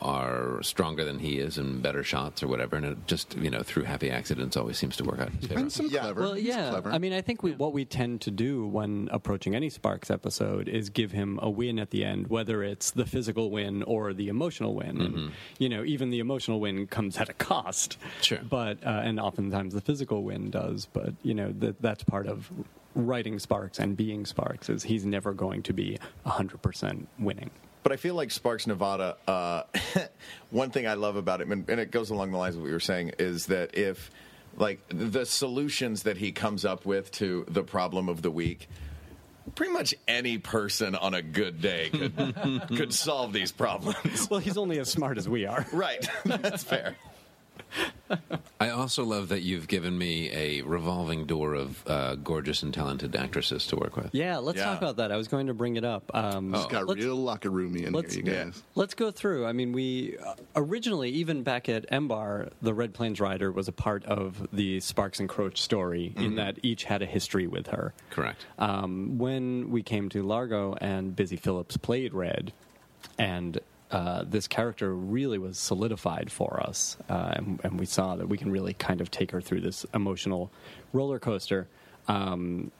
are stronger than he is and better shots or whatever. And it just, you know, through happy accidents always seems to work out in his favor. clever. Well, yeah. I mean, I think we, what we tend to do when approaching any Sparks episode is give him a win at the end, whether it's the physical win or the emotional win. And, you know, even the emotional win comes at a cost. Sure. But uh, and oftentimes the physical win does. But you know that that's part of writing Sparks and being Sparks is he's never going to be hundred percent winning. But I feel like Sparks Nevada. Uh, one thing I love about it, and, and it goes along the lines of what you were saying, is that if like the solutions that he comes up with to the problem of the week, pretty much any person on a good day could could solve these problems. Well, he's only as smart as we are. Right. That's fair. I also love that you've given me a revolving door of uh, gorgeous and talented actresses to work with. Yeah, let's talk about that. I was going to bring it up. Um, It's got let's- real locker roomy in here, you guys. Let's go through. I mean, we uh, originally, even back at MBAR, the Red Plains Rider was a part of the Sparks and Croach story in Mm-hmm. Mhm. that each had a history with her. Correct. Um, when we came to Largo and Busy Phillips played Red, and uh, this character really was solidified for us, uh, and, and we saw that we can really kind of take her through this emotional roller coaster. Um,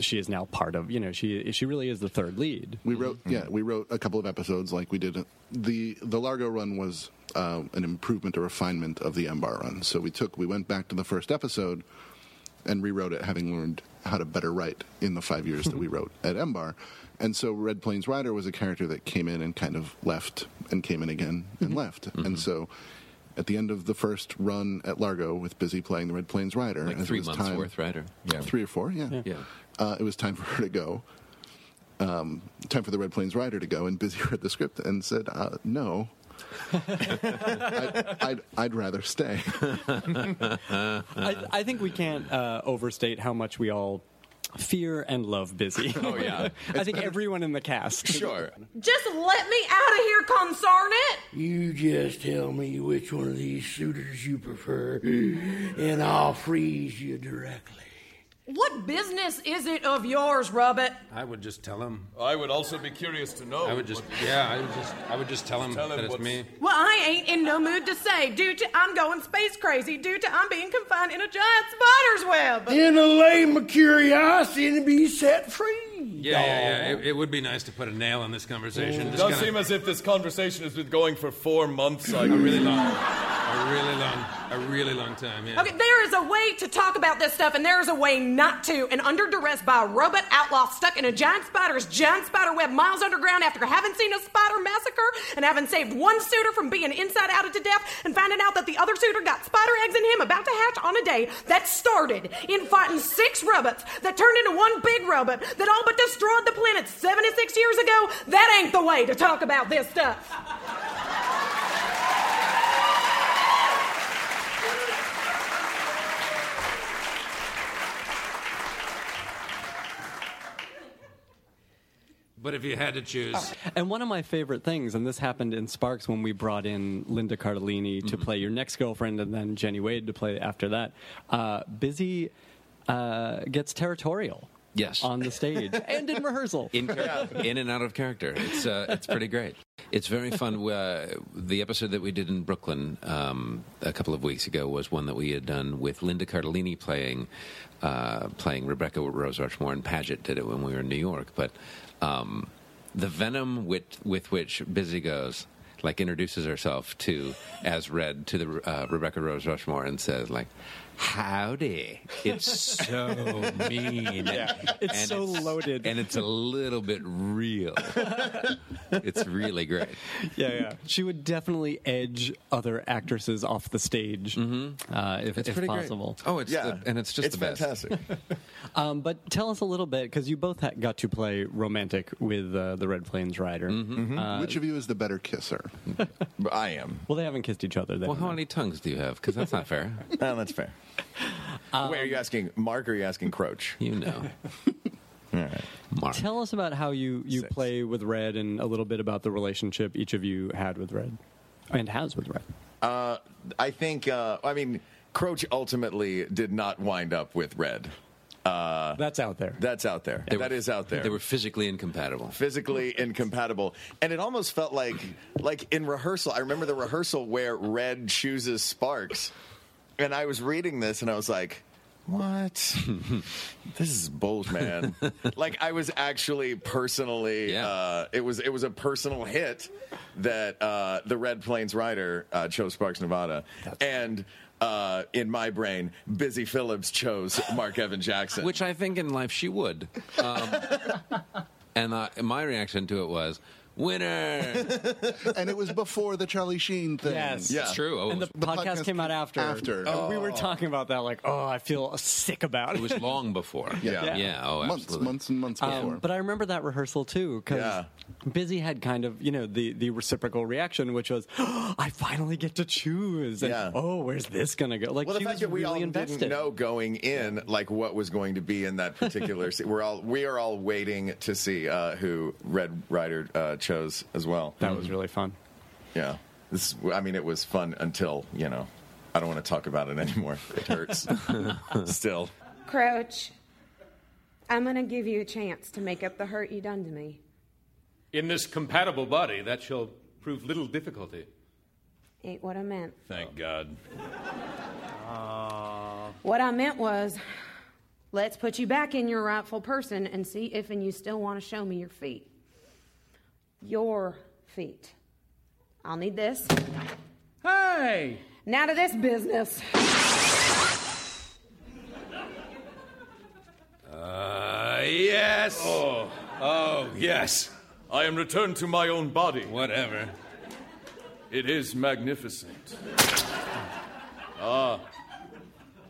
she is now part of, you know, she she really is the third lead. We wrote, yeah, we wrote a couple of episodes like we did. the The Largo run was uh, an improvement or refinement of the Embar run. So we took, we went back to the first episode and rewrote it, having learned how to better write in the five years that we wrote at Embar. And so Red Plains Rider was a character that came in and kind of left, and came in again Mm-hmm. and left. And so. At the end of the first run at Largo with Busy playing the Red Plains Rider, Like as it three was months time- worth, right? Or- yeah. three or four, yeah. Yeah. Uh, it was time for her to go um, time for the Red Plains Rider to go, and Busy read the script and said, uh, "No, I'd, I'd, I'd rather stay." I, I think we can't uh, overstate how much we all fear and love Busy. Oh, yeah. I think everyone in the cast. Sure. Just let me out of here, concern it! You just tell me which one of these suitors you prefer, and I'll freeze you directly. What business is it of yours, Rubbit? I would just tell him. I would also be curious to know. I would just, yeah, I would just, I would just tell him Tell him that it's what's- me. Well, I ain't in no mood to say due to I'm going space crazy due to I'm being confined in a giant spider's web. In a lame of curiosity and be set free. Yeah, yeah, yeah. It, it would be nice to put a nail in this conversation. It Just does kinda- seem as if this conversation has been going for four months. I really a really long, a really long time. Yeah. Okay, there is a way to talk about this stuff, and there is a way not to. And under duress by a robot outlaw stuck in a giant spider's giant spider web miles underground after having seen a spider massacre and having saved one suitor from being inside outed to death and finding out that the other suitor got spider eggs in him about to hatch on a day that started in fighting six robots that turned into one big robot that all but destroyed the planet 76 years ago. That ain't the way to talk about this stuff. But if you had to choose, And one of my favorite things, and this happened in Sparks when we brought in Linda Cardellini Mm-hmm. to play your next girlfriend, and then Jenny Wade to play after that. Uh, Busy uh, gets territorial. Yes. On the stage and in rehearsal. in, char- in and out of character. It's uh, it's pretty great. It's very fun. Uh, the episode that we did in Brooklyn um, a couple of weeks ago was one that we had done with Linda Cardellini playing uh, playing Rebecca Rose Rushmore, and Paget did it when we were in New York. But um, the venom with with which Busy goes. Like introduces herself to as read to the uh, Rebecca Rose Rushmore and says like, "Howdy!" It's so mean. It's so loaded. And it's a little bit real. it's really great. Yeah, yeah. She would definitely edge other actresses off the stage uh, if, It's if pretty great. possible. Mm-hmm. Oh, it's Yeah. the- and it's just It's the best. fantastic. um, but tell us a little bit because you both ha- got to play romantic with uh, the Red Plains Rider. Mm-hmm. Mm-hmm. Uh, Which of you is the better kisser? I am. Well, they haven't kissed each other. Then. Well, how many tongues do you have? Because that's not fair. Um, No, Uh, that's fair. Wait, are you asking Mark or are you asking Croach? You know. All right. Oh. Mark. Tell us about how you, you play with Red and a little bit about the relationship each of you had with Red and has with Red. Uh, I think, uh, I mean, Croach ultimately did not wind up with Red. Uh, that's out there. That's out there. They that were- is out there. They were physically incompatible. physically incompatible and it almost felt like like in rehearsal i remember the rehearsal where red chooses sparks and i was reading this and i was like what this is bold man like i was actually personally uh, it was it was a personal hit that uh, the red plains rider uh, chose sparks nevada and uh, in my brain busy phillips chose mark evan jackson Which I think in life she would. Um, and uh, my reaction to it was, winner! and it was before the Charlie Sheen thing. Yes, Oh, and the, podcast, came out after. After. And we were talking about that. Like, oh, I feel sick about it. It was long before. Yeah. Yeah. Oh, months, absolutely. months and months Um, before. but I remember that rehearsal too because Busy had kind of you know the the reciprocal reaction, which was, I finally get to choose. And, Oh, where's this gonna go? Like well, the she fact was that we really all invested. didn't know going in, like what was going to be in that particular. se- we're all we are all waiting to see uh, who Red Rider uh, chose as well. That was really fun. Yeah, this. I mean, it was fun until you know. I don't want to talk about it anymore. It hurts. Still, Crouch, I'm gonna give you a chance to make up the hurt you done to me. In this compatible body, that shall prove little difficulty. Ain't what I meant. Thank God. Ah. What I meant was, let's put you back in your rightful person and see if and you still want to show me your feet. Your feet. I'll need this. Hey! Now to this business. Uh, yes. Oh, oh, yes. I am returned to my own body. Whatever. It is magnificent. ah,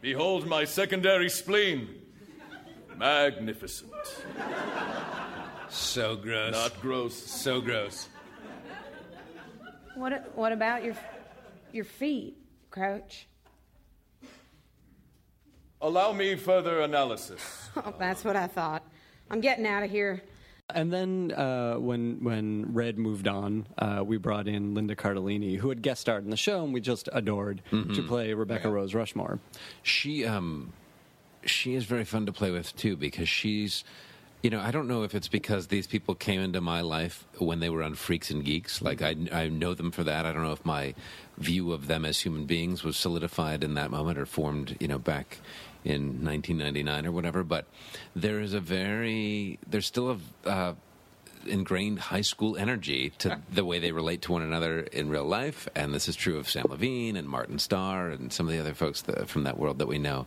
behold my secondary spleen. Magnificent. So gross. Not gross. So gross. What, what about your, your feet, Crouch? Allow me further analysis. Oh, that's what I thought. I'm getting out of here. And then uh, when when Red moved on, uh, we brought in Linda Cardellini, who had guest starred in the show, and we just adored Mm-hmm. to play Rebecca Rose Rushmore. She um she is very fun to play with too because she's you know, I don't know if it's because these people came into my life when they were on Freaks and Mm-hmm. Geeks. Like I I know them for that. I don't know if my view of them as human beings was solidified in that moment or formed, you know, back in 1999 or whatever, but there is a very there's still a uh, ingrained high school energy to the way they relate to one another in real life. And this is true of Sam Levine and Martin Starr and some of the other folks that, from that world that we know.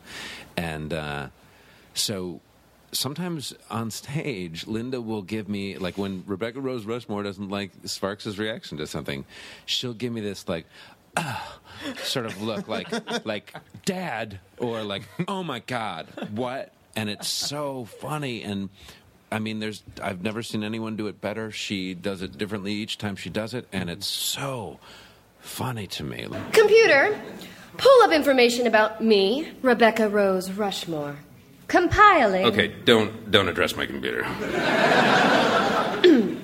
And uh, so sometimes on stage, Linda will give me, like when Rebecca Rose Rushmore doesn't like Sparks' reaction to something, she'll give me this, like, "Ah," sort of look like like dad or like oh my god what and it's so funny and I mean, there's I've never seen anyone do it better. She does it differently each time she does it, and it's so funny to me. Computer, pull up information about me, Rebecca Rose Rushmore. Compiling Okay, don't don't address my computer.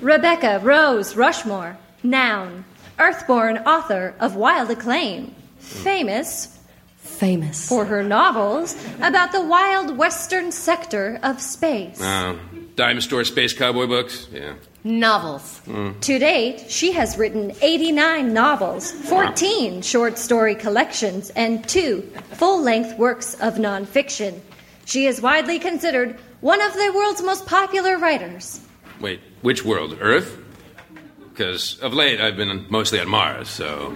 Rebecca Rose Rushmore, noun, earthborn author of wild acclaim, famous famous for her novels about the wild western sector of space. Uh, dime store space cowboy books. Yeah. Novels. Mm. To date, she has written 89 novels, 14 short story collections, and two full length works of nonfiction. She is widely considered one of the world's most popular writers. Wait, which world? Earth? Because of late I've been mostly on Mars, so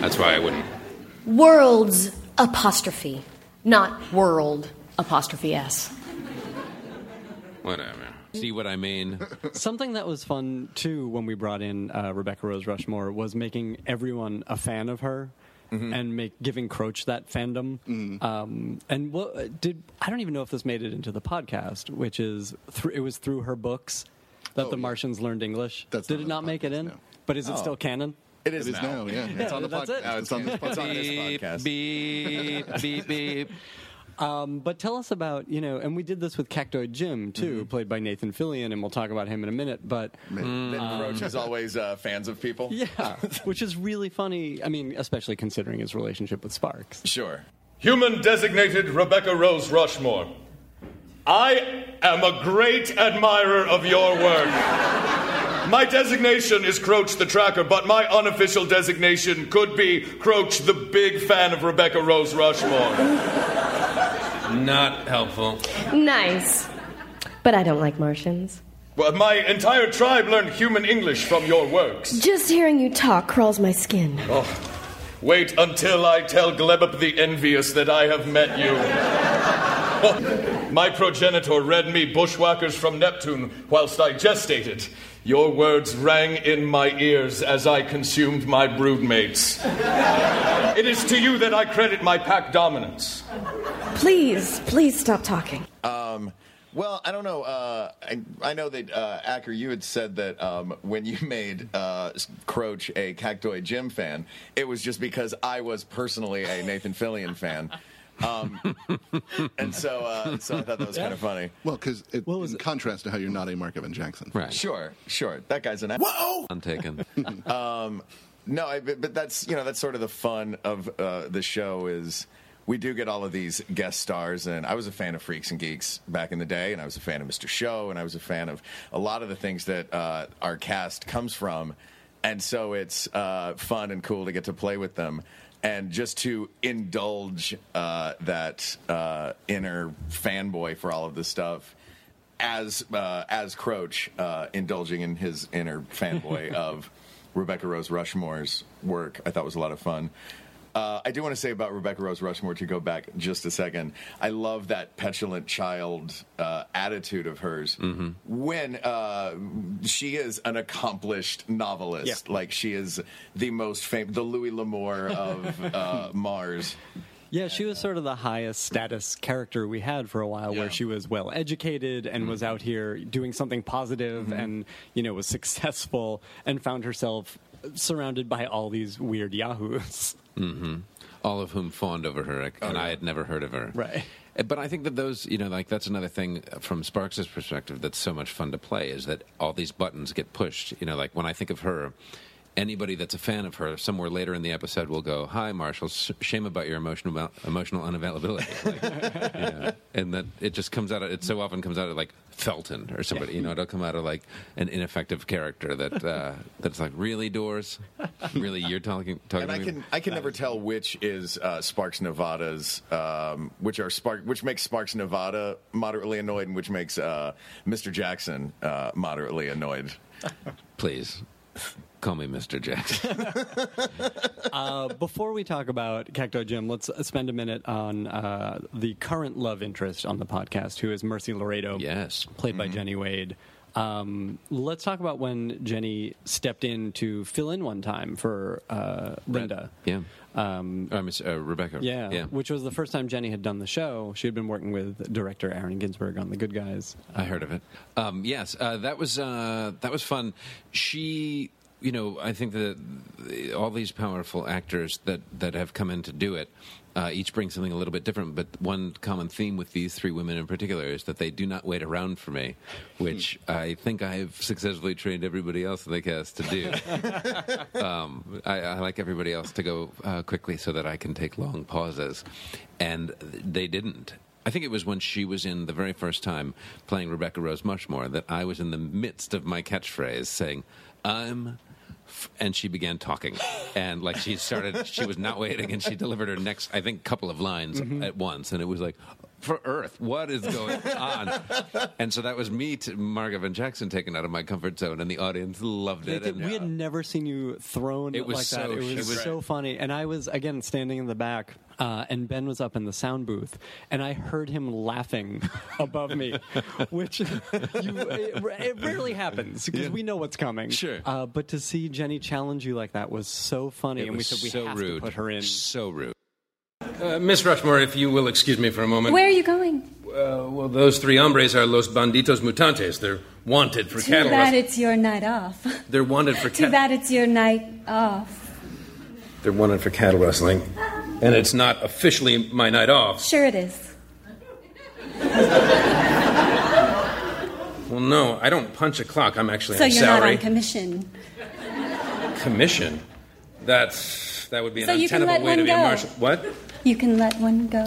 that's why I wouldn't. World's apostrophe, not world apostrophe S. Whatever. See what I mean? Something that was fun too when we brought in uh, Rebecca Rose Rushmore was making everyone a fan of her. Mm-hmm. And make giving Croach that fandom, Mm. um, and what did I don't even know if this made it into the podcast, which is thr it was through her books that the Martians learned English. did it not make it in? But is it Oh. still canon? It is It is now. now, yeah. It's on the that's podcast. it. Now it's It's on this canon. podcast. It's on this podcast. Beep, beep, beep. Um, but tell us about you know, and we did this with Cactoid Jim too, Mm-hmm. played by Nathan Fillion, and we'll talk about him in a minute. But Ben um, Roach is always uh, fans of people. yeah, which is really funny. I mean, especially considering his relationship with Sparks. Sure. Human designated Rebecca Rose Rushmore. I am a great admirer of your work. My designation is Croach the Tracker, but my unofficial designation could be Croach the Big Fan of Rebecca Rose Rushmore. Not helpful. Nice. But I don't like Martians. Well, my entire tribe learned human English from your works. Just hearing you talk crawls my skin. Oh, wait until I tell Glebop the Envious that I have met you. Oh, My progenitor read me bushwhackers from Neptune whilst I gestated. Your words rang in my ears as I consumed my broodmates. it is to you that I credit my pack dominance. Please, please stop talking. Um, well, I don't know. Uh, I, I know that uh, Acker, you had said that um, when you made uh, Croach a Cactoid Jim fan, it was just because I was personally a Nathan Fillion fan. Um, and so, uh, so I thought that was kind of funny. Well, because in contrast to how you're not a Mark Evan Jackson. Right. Sure, sure. That guy's an Whoa! I'm taken. um, no, I, but, but that's you know that's sort of the fun of uh, the show is we do get all of these guest stars, and I was a fan of Freaks and Geeks back in the day, and I was a fan of Mr. Show, and I was a fan of a lot of the things that uh, our cast comes from, and so it's uh, fun and cool to get to play with them. And just to indulge uh, that uh, inner fanboy for all of this stuff, as uh, as Croach uh, indulging in his inner fanboy of Rebecca Rose Rushmore's work. I thought was a lot of fun. Uh, I do want to say about Rebecca Rose Rushmore to go back just a second. I love that petulant child uh, attitude of hers when uh, she is an accomplished novelist. Yeah. Like she is the most famous, the Louis L'Amour of uh, Mars. Yeah, she was sort of the highest status character we had for a while, where she was well educated and was Mm-hmm. out here doing something positive and you know was successful and found herself surrounded by all these weird yahoos. hmm All of whom fawned over her, and Oh, I had never heard of her. Right. Uh, But I think that those, you know, like that's another thing uh, from Sparks' perspective that's so much fun to play is that all these buttons get pushed. You know, like when I think of her, anybody that's a fan of her somewhere later in the episode will go, "Hi, Marshall. s- Shame about your emotional amou- emotional unavailability." Like, you know, and that it just comes out. Of, it so often comes out of like Felton or somebody. You know, it'll come out of like an ineffective character that uh, that's like, "Really, Doors? Really, you're talking talking and I to me?" can I can never tell which is uh, Sparks Nevada's, um, which are Spark, which makes Sparks Nevada moderately annoyed, and which makes uh, Mr. Jackson uh, moderately annoyed. Please call me Mr. Jackson. uh, before we talk about Cacto Jim, let's uh, spend a minute on uh, the current love interest on the podcast, who is Mercy Laredo. Yes. Played by Jenny Wade. Um, let's talk about when Jenny stepped in to fill in one time for uh, Linda. Yeah. Um, uh, Miss uh, Rebecca. Yeah, Yeah. which was the first time Jenny had done the show. She had been working with director Aaron Ginsberg on The Good Guys. I heard of it. Um, yes, uh, that was uh, that was fun. She, you know, I think that the- all these powerful actors that that have come in to do it. Uh, each brings something a little bit different, but one common theme with these three women in particular is that they do not wait around for me, which Hmm. I think I have successfully trained everybody else in the cast to do. um, I, I like everybody else to go uh, quickly so that I can take long pauses, and they didn't. I think it was when she was in the very first time playing Rebecca Rose Mushmore that I was in the midst of my catchphrase saying, I'm. f-" And she began talking. And like she started, she was not waiting and she delivered her next, I think, couple of lines Mhm. at once. And it was like, for Earth, what is going on? and so that was me, to Margaret Van Jackson, taken out of my comfort zone. And the audience loved They it. did- And, uh, we had never seen you thrown It was like that. so It was, huge. so funny. And I was again standing in the back, uh, and Ben was up in the sound booth, and I heard him laughing above me, which you, it, it rarely happens because we know what's coming. Sure. Uh, but to see Jenny challenge you like that was so funny, It and we was said we so have to rude. put her in. So rude. Uh, Miss Rushmore, if you will excuse me for a moment. Where are you going? Uh, well, those three hombres are los banditos mutantes. They're wanted for Too cattle. bad rust- it's your night off. They're wanted for Too cattle. bad it's your night off. They're wanted for cattle rustling, and it's not officially my night off. Sure it is. Well, no, I don't punch a clock. I'm actually so on you're not salary on commission. commission. That's that would be an So you can untenable let way to one be a go. marshal. What? You can let one go.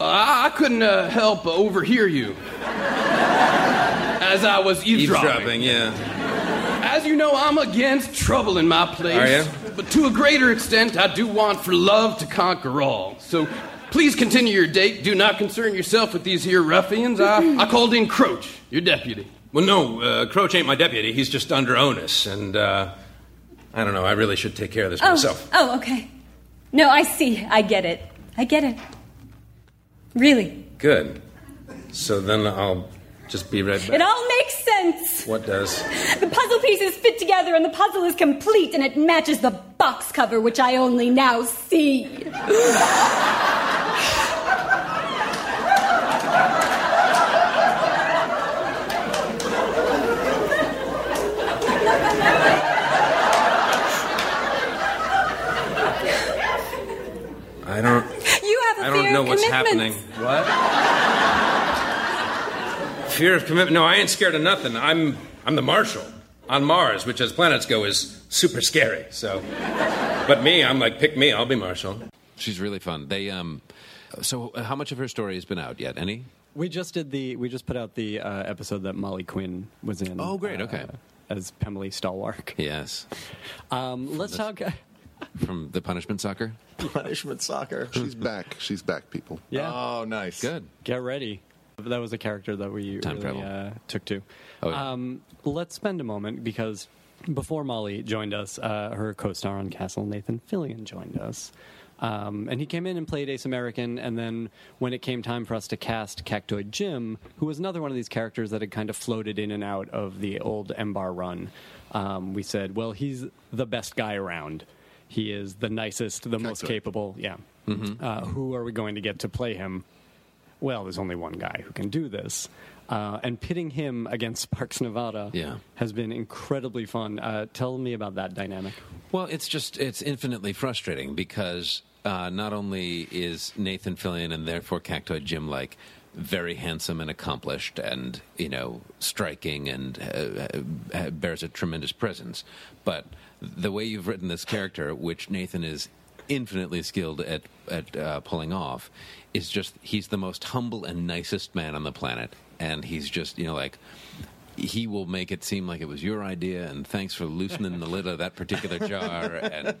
I I couldn't uh, help but overhear you. As I was eavesdropping. Eavesdropping, yeah. As you know, I'm against trouble in my place. Are ya? But to a greater extent, I do want for love to conquer all. So please continue your date. Do not concern yourself with these here ruffians. I, I called in Croach, your deputy. Well, no, uh, Croach ain't my deputy. He's just under onus, and uh, I don't know. I really should take care of this myself. oh, okay. No, I see. I get it. I get it. Really. Good. So then I'll just be right It back. all makes sense. What does? The puzzle pieces fit together and the puzzle is complete and it matches the box cover, which I only now see. I don't. You have a I don't fear know of what's happening. commitments. What? Fear of commitment? No, I ain't scared of nothing. I'm I'm the marshal on Mars, which, as planets go, is super scary. So, but me, I'm like, pick me. I'll be marshal. She's really fun. They um, so uh, how much of her story has been out yet? Any? We just did the. We just put out the uh, episode that Molly Quinn was in. Oh, great, uh, okay. As Pemley Stalwark. Yes. Um, let's talk. From the punishment soccer. Punishment soccer. She's back. She's back, people. Yeah. Oh, nice. Good. Get ready. That was a character that we Time really, travel. uh, took to. um, let's spend a moment because before Molly joined us, uh, her co-star on Castle, Nathan Fillion, joined us. Um, and he came in and played Ace American, and then when it came time for us to cast Cactoid Jim, who was another one of these characters that had kind of floated in and out of the old Embar run, um, we said, well, he's the best guy around. He is the nicest, the most capable. Yeah. Mm-hmm. Uh, who are we going to get to play him? Well, there's only one guy who can do this. Uh, and pitting him against Sparks Nevada Yeah. has been incredibly fun. Uh, tell me about that dynamic. Well, it's just it's infinitely frustrating because uh, not only is Nathan Fillion and therefore Cactoid Jim like very handsome and accomplished and you know striking and uh, uh, bears a tremendous presence, but the way you've written this character, which Nathan is infinitely skilled at at uh, pulling off, is just he's the most humble and nicest man on the planet, and he's just you know like he will make it seem like it was your idea, and thanks for loosening the lid of that particular jar. And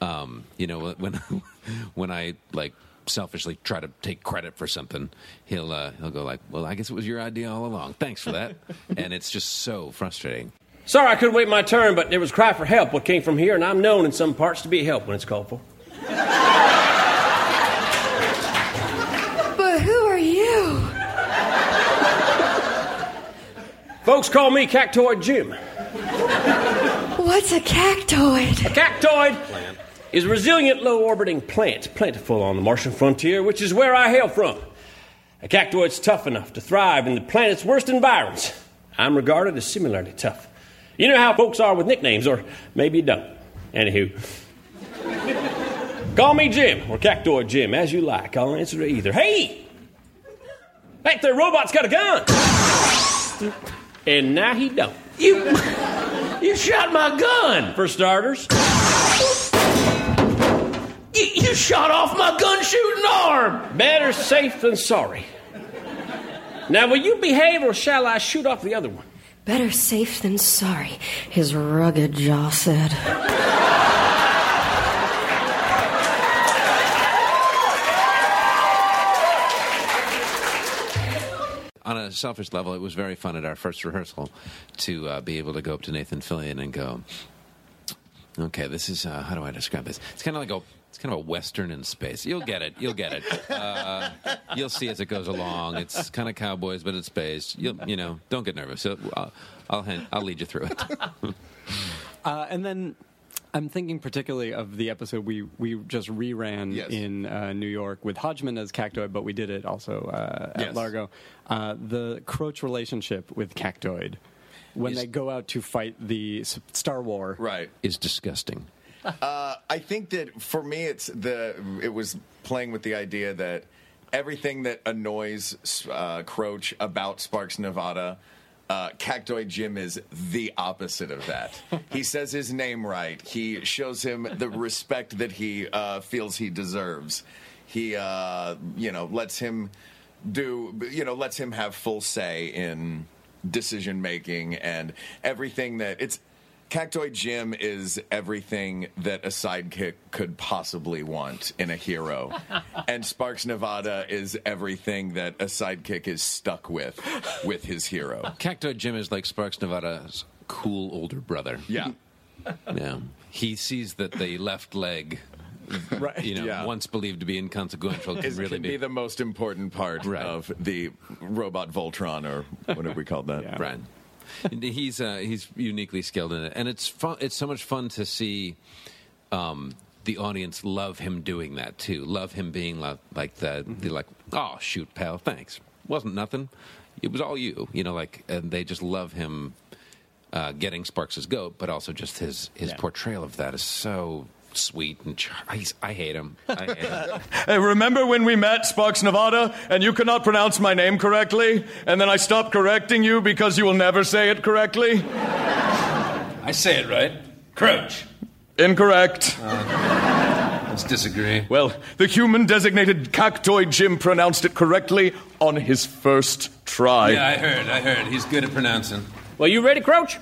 um, you know, when when I like selfishly try to take credit for something, he'll uh, he'll go like, "Well, I guess it was your idea all along. Thanks for that." and it's just so frustrating. Sorry, I couldn't wait my turn, but there was cry for help what came from here, and I'm known in some parts to be a help when it's called for. But who are you? Folks call me Cactoid Jim. What's a cactoid? A cactoid is a resilient low orbiting plant plentiful on the Martian frontier, which is where I hail from. A cactoid's tough enough to thrive in the planet's worst environs. I'm regarded as similarly tough. You know how folks are with nicknames, or maybe you don't. Anywho, call me Jim or Cactoid Jim, as you like. I'll answer to either. Hey! That there robot's got a gun! And now he don't. You, you shot my gun! For starters. You, you shot off my gun shooting arm! Better safe than sorry. Now, will you behave or shall I shoot off the other one? Better safe than sorry, his rugged jaw said. on a selfish level, it was very fun at our first rehearsal to uh, be able to go up to Nathan Fillion and go, "Okay, this is uh, how do I describe this? It's kind of like a." It's kind of a western in space. You'll get it. You'll get it. Uh, you'll see as it goes along. It's kind of cowboys, but it's space. You'll, you know, don't get nervous. You'll- I'll, I'll, hand, I'll lead you through it. Uh, and then I'm thinking particularly of the episode we, we just reran in uh, New York with Hodgman as Cactoid, but we did it also uh, at Yes. Largo. Uh, the Croach relationship with Cactoid when Is- they go out to fight the S- Star War right is disgusting. uh, I think that for me, it's the it was playing with the idea that everything that annoys uh, Croach about Sparks Nevada. Uh, Cactoid Jim is the opposite of that. he says his name right. He shows him the respect that he uh, feels he deserves. He, uh, you know, lets him do you know lets him have full say in decision making and everything that it's Cactoid Jim is everything that a sidekick could possibly want in a hero. and Sparks Nevada is everything that a sidekick is stuck with with his hero. Cactoid Jim is like Sparks Nevada's cool older brother. Yeah. yeah. He sees that the left leg, you know, yeah. once believed to be inconsequential, can Is, really can be the most important part of the robot Voltron or whatever we called that. Right. he's uh, he's uniquely skilled in it, and it's fun. It's so much fun to see um, the audience love him doing that too. Love him being like, like the, Mm-hmm. the like, oh shoot, pal, thanks. Wasn't nothing. It was all you. You know, like, and they just love him uh, getting Sparks' goat, but also just his his portrayal of that is so sweet and char- I, I hate him. I hate him. Hey, remember when we met, Sparks Nevada, and you could not pronounce my name correctly? And then I stopped correcting you because you will never say it correctly? I say it right. Crouch. Uh, Incorrect. Let's disagree. Well, the human designated Cactoid Jim pronounced it correctly on his first try. yeah, I heard. I heard. He's good at pronouncing. Well, you ready, Crouch?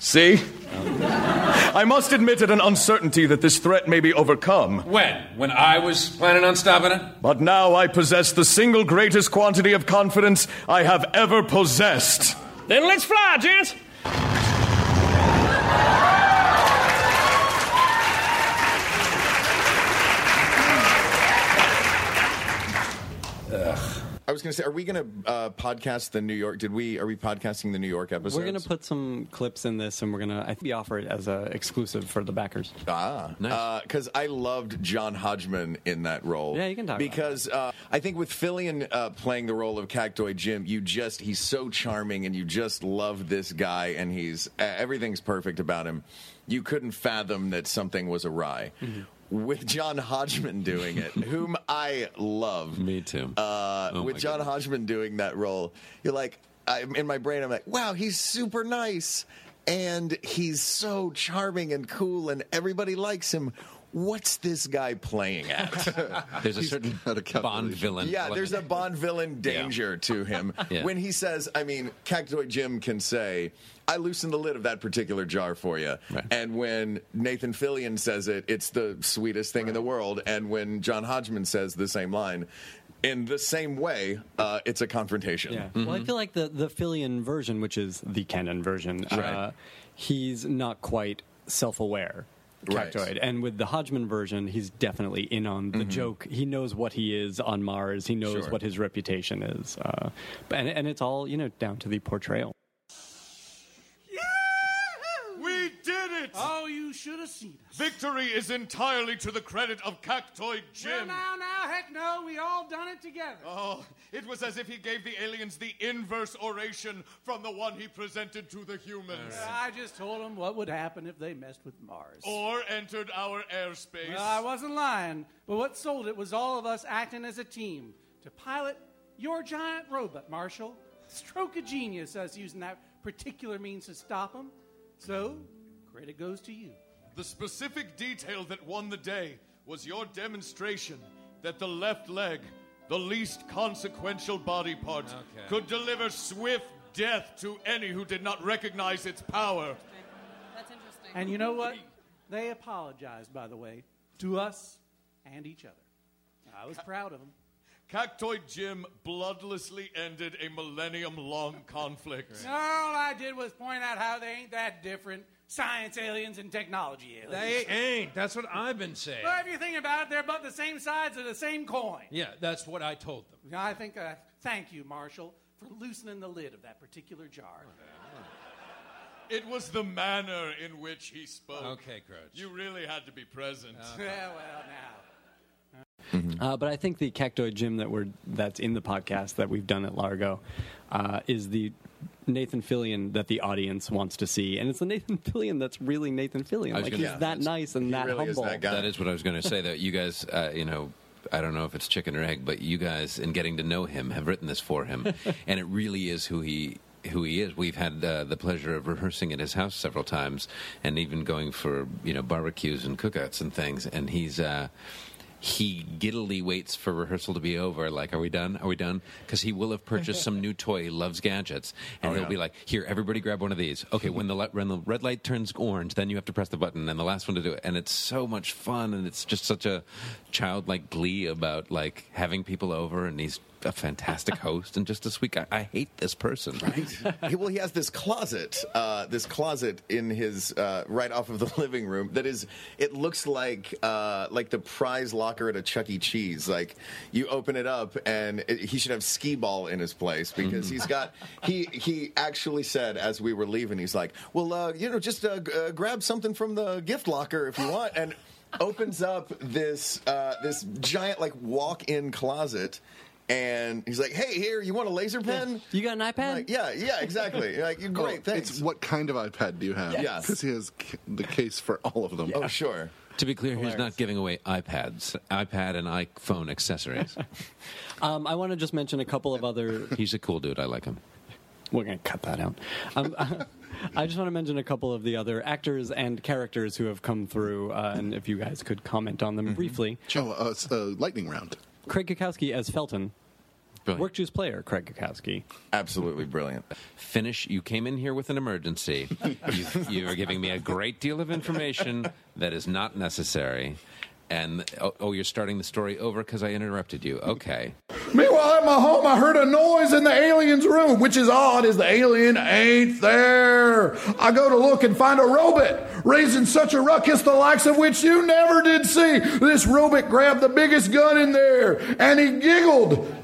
See? I must admit at an uncertainty that this threat may be overcome. When? When I was planning on stopping it? But now I possess the single greatest quantity of confidence I have ever possessed. Then let's fly, gents. I was going to say, are we going to uh, podcast the New York? Did we? Are we podcasting the New York episode? We're going to put some clips in this, and we're going to I think, offer it as an exclusive for the backers. Ah, Because I loved John Hodgman in that role. Yeah, you can talk about Because uh, I think with Fillion uh, playing the role of Cactoid Jim, you just he's so charming, and you just love this guy, and he's uh, everything's perfect about him. You couldn't fathom that something was awry. With John Hodgman doing it, whom I love. Me too. Uh, Oh with my John Hodgman doing that role, you're like, I, in my brain, I'm like, wow, he's super nice and he's so charming and cool and everybody likes him. What's this guy playing at? There's a certain Bond villain. Yeah, there's a Bond villain danger to him. Yeah. When he says, I mean, Cactoid Jim can say, I loosened the lid of that particular jar for you. And when Nathan Fillion says it, it's the sweetest thing in the world. And when John Hodgman says the same line, in the same way, uh, it's a confrontation. Yeah. Mm-hmm. Well, Mm-hmm. I feel like the the Fillion version, which is the canon version, uh, he's not quite self aware. Right. Cactoid. And with the Hodgman version, he's definitely in on the Mhm. joke. He knows what he is on Mars. He knows Sure. what his reputation is. Uh, but- and, and it's all, you know, down to the portrayal. We did it! Oh, you should have seen it. Victory is entirely to the credit of Cactoid Jim. Now, now, heck no, we all done it together. Oh, it was as if he gave the aliens the inverse oration from the one he presented to the humans. Uh, I just told them what would happen if they messed with Mars. Or entered our airspace. Well, I wasn't lying, but what sold it was all of us acting as a team to pilot your giant robot, Marshall. Stroke of genius, us using that particular means to stop him. So, credit goes to you. The specific detail that won the day was your demonstration that the left leg, the least consequential body part, Okay. could deliver swift death to any who did not recognize its power. That's interesting. And you know what? They apologized, by the way, to us and each other. I was proud of them. Cactoid Jim bloodlessly ended a millennium long conflict. All I did was point out how they ain't that different. Science aliens and technology aliens. They ain't. That's what I've been saying. Well, if you think about it, they're about the same sides of the same coin. Yeah, that's what I told them. I think, uh, thank you, Marshall, for loosening the lid of that particular jar. It was the manner in which he spoke. Okay, Crouch. You really had to be present. Yeah, well, now. Mm-hmm. Uh, but I think the Cactoid Jim that we're that's in the podcast that we've done at Largo uh, is the Nathan Fillion that the audience wants to see, and it's the Nathan Fillion that's really Nathan Fillion. I was Like he's gonna- that nice and that humble. That is what I was going to say. That you guys, uh, you know, I don't know if it's chicken or egg, but you guys, in getting to know him, have written this for him, and it really is who he who he is. We've had uh, the pleasure of rehearsing at his house several times, and even going for you know barbecues and cookouts and things. And he's uh, he giddily waits for rehearsal to be over. Like, are we done? Are we done? Because he will have purchased some new toy. He loves gadgets, and Oh, he'll yeah. be like, "Here, everybody, grab one of these." Okay, when the li- when the red light turns orange, then you have to press the button, and the last one to do it. And it's so much fun, and it's just such a childlike glee about like having people over, and he's a fantastic host and just a sweet guy. I hate this person. Right? he, well, he has this closet, uh, this closet in his uh, right off of the living room. That is, it looks like uh, like the prize locker at a Chuck E. Cheese. Like you open it up, and it, he should have skee ball in his place because he's got. He he actually said as we were leaving, he's like, "Well, uh, you know, just uh, g- uh, grab something from the gift locker if you want," and opens up this uh, this giant like walk-in closet. And he's like, "Hey, here, you want a laser pen? You got an iPad? yeah, yeah, exactly. You're like, you're Oh, great, thanks. It's what kind of iPad do you have? Yes. Because he has c- the case for all of them. Oh, sure. To be clear, he's not giving away iPads, iPad and iPhone accessories. Um, I want to just mention a couple of other. he's a cool dude. I like him. We're gonna cut that out. Um, I just want to mention a couple of the other actors and characters who have come through, uh, and if you guys could comment on Mm-hmm. them briefly. Oh, uh, s- uh, lightning round. Craig Kukowski as Felton. Work Juice player, Craig Kukowski. Absolutely brilliant. Finish. You came in here with an emergency. you, you are giving me a great deal of information that is not necessary. And oh, oh you're starting the story over because I interrupted you. Okay. Meanwhile, at my home, I heard a noise in the alien's room, which is odd as the alien ain't there. I go to look and find a robot raising such a ruckus, the likes of which you never did see. This robot grabbed the biggest gun in there and he giggled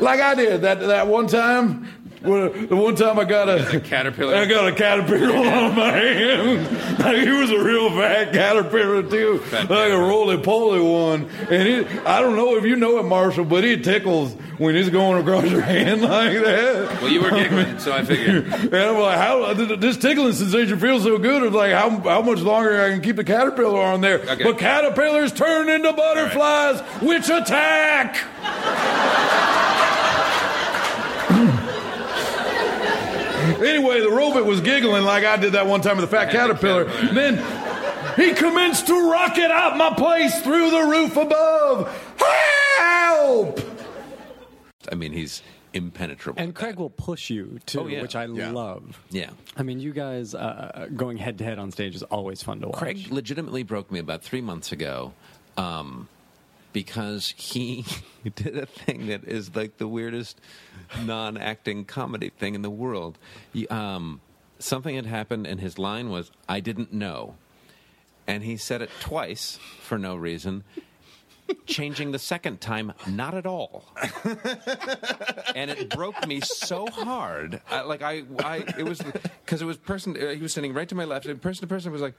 like I did that, that one time. when- The one time I got a, caterpillar. I got a caterpillar on my hand. Like, he was a real fat caterpillar too, like a roly poly one. And it, I don't know if you know it, Marshall, but it tickles when it's going across your hand like that. Well, you were giggling, so I figured. And I'm like, how th- th- this tickling sensation feels so good. It's like how how much longer I can keep the caterpillar on there. Okay. But caterpillars turn into butterflies, which attack. anyway, the robot was giggling like I did that one time with the fat caterpillar. Then he commenced to rocket out my place through the roof above. Help! I mean, he's impenetrable. And Craig will push you too, Oh, yeah. which I Yeah. love. Yeah. I mean, you guys uh, going head to head on stage is always fun to watch. Craig legitimately broke me about three months ago um, because he did a thing that is like the weirdest non acting comedy thing in the world. He, um, something had happened, and his line was, I didn't know. And he said it twice for no reason. Changing the second time, not at all, and it broke me so hard. I, like I, I, it was because it was person. uh, He was sitting right to my left, and person to person was like,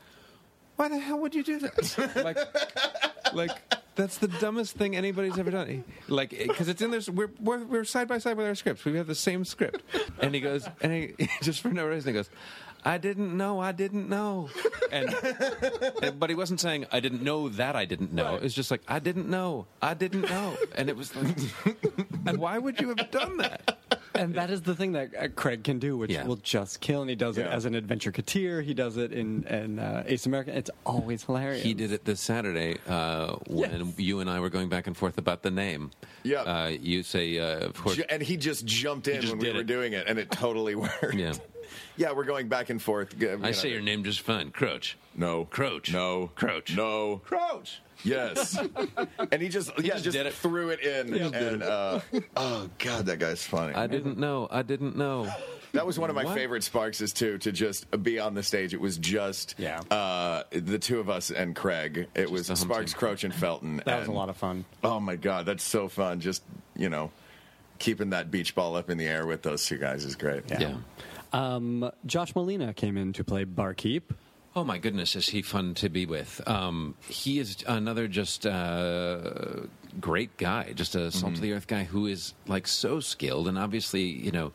why the hell would you do that? like, like that's the dumbest thing anybody's ever done. Like, because it's in this, we're, we're we're side by side with our scripts. We have the same script, and he goes, and he just for no reason he goes, I didn't know, I didn't know, and, and- but he wasn't saying I didn't know that I didn't know. It was just like I didn't know, I didn't know, and it was like, and why would you have done that? And that is the thing that uh, Craig can do, which Yeah. will just kill. And he does it as an adventure cateer. He does it in, in uh, Ace America. It's always hilarious. He did it this Saturday uh, when you and I were going back and forth about the name. Yeah. Uh, you say, uh, of course, Ju- and he just jumped in when we were doing it, and it totally worked. Yeah. yeah, we're going back and forth. G- you I know. say your name just fine. Croach. No. Croach. No. Croach. No. Croach. Yes. and he just yeah just, threw it in, He just did and it. uh, oh god, that guy's funny. I didn't know. I didn't know. That was one of my What? favorite Sparks is too to just be on the stage. It was just uh, the two of us and Craig. It was Sparks, Croach, and Felton. That was a and- lot of fun. Oh my god, that's so fun! Just you know, keeping that beach ball up in the air with those two guys is great. Yeah. Um, Josh Molina came in to play barkeep. Oh my goodness, is he fun to be with? Um, he is another just uh, great guy, just Mm-hmm. a salt of the earth guy who is like so skilled, and obviously, you know.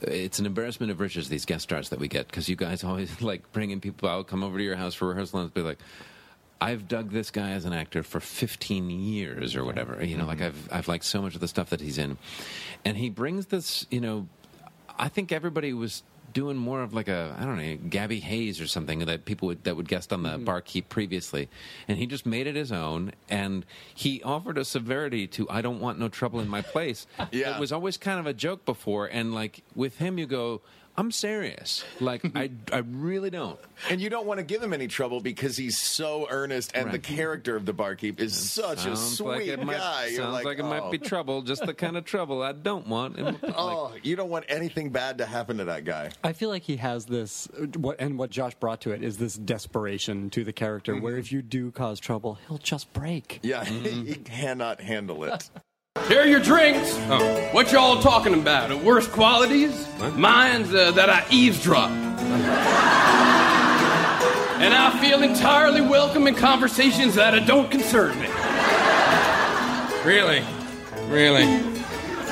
It's an embarrassment of riches these guest stars that we get because you guys always like bringing people out, come over to your house for rehearsal, and be like, "I've dug this guy as an actor for 15 years or whatever." You know, like Mm-hmm. I've I've liked so much of the stuff that he's in, and he brings this, you know, I think everybody was doing more of like a I don't know Gabby Hayes or something that people would, that would guest on the Mm-hmm. barkeep previously, and he just made it his own. And he offered a severity to I don't want no trouble in my place. yeah, it was always kind of a joke before, and like with him you go. I'm serious. Like I, I really don't. And you don't want to give him any trouble because he's so earnest, and the character of the barkeep is such a Sounds sweet like it might- guy. You're sounds like it might be trouble, just the kind of trouble I don't want. oh, you don't want anything bad to happen to that guy. I feel like he has this, what and what Josh brought to it is this desperation to the character, where if you do cause trouble, he'll just break. Yeah, he Mm-hmm. cannot handle it. Here are your drinks. Oh. What y'all talking about? The worst qualities? Mine's uh, that I eavesdrop. and I feel entirely welcome in conversations that uh, don't concern me. Really? Really?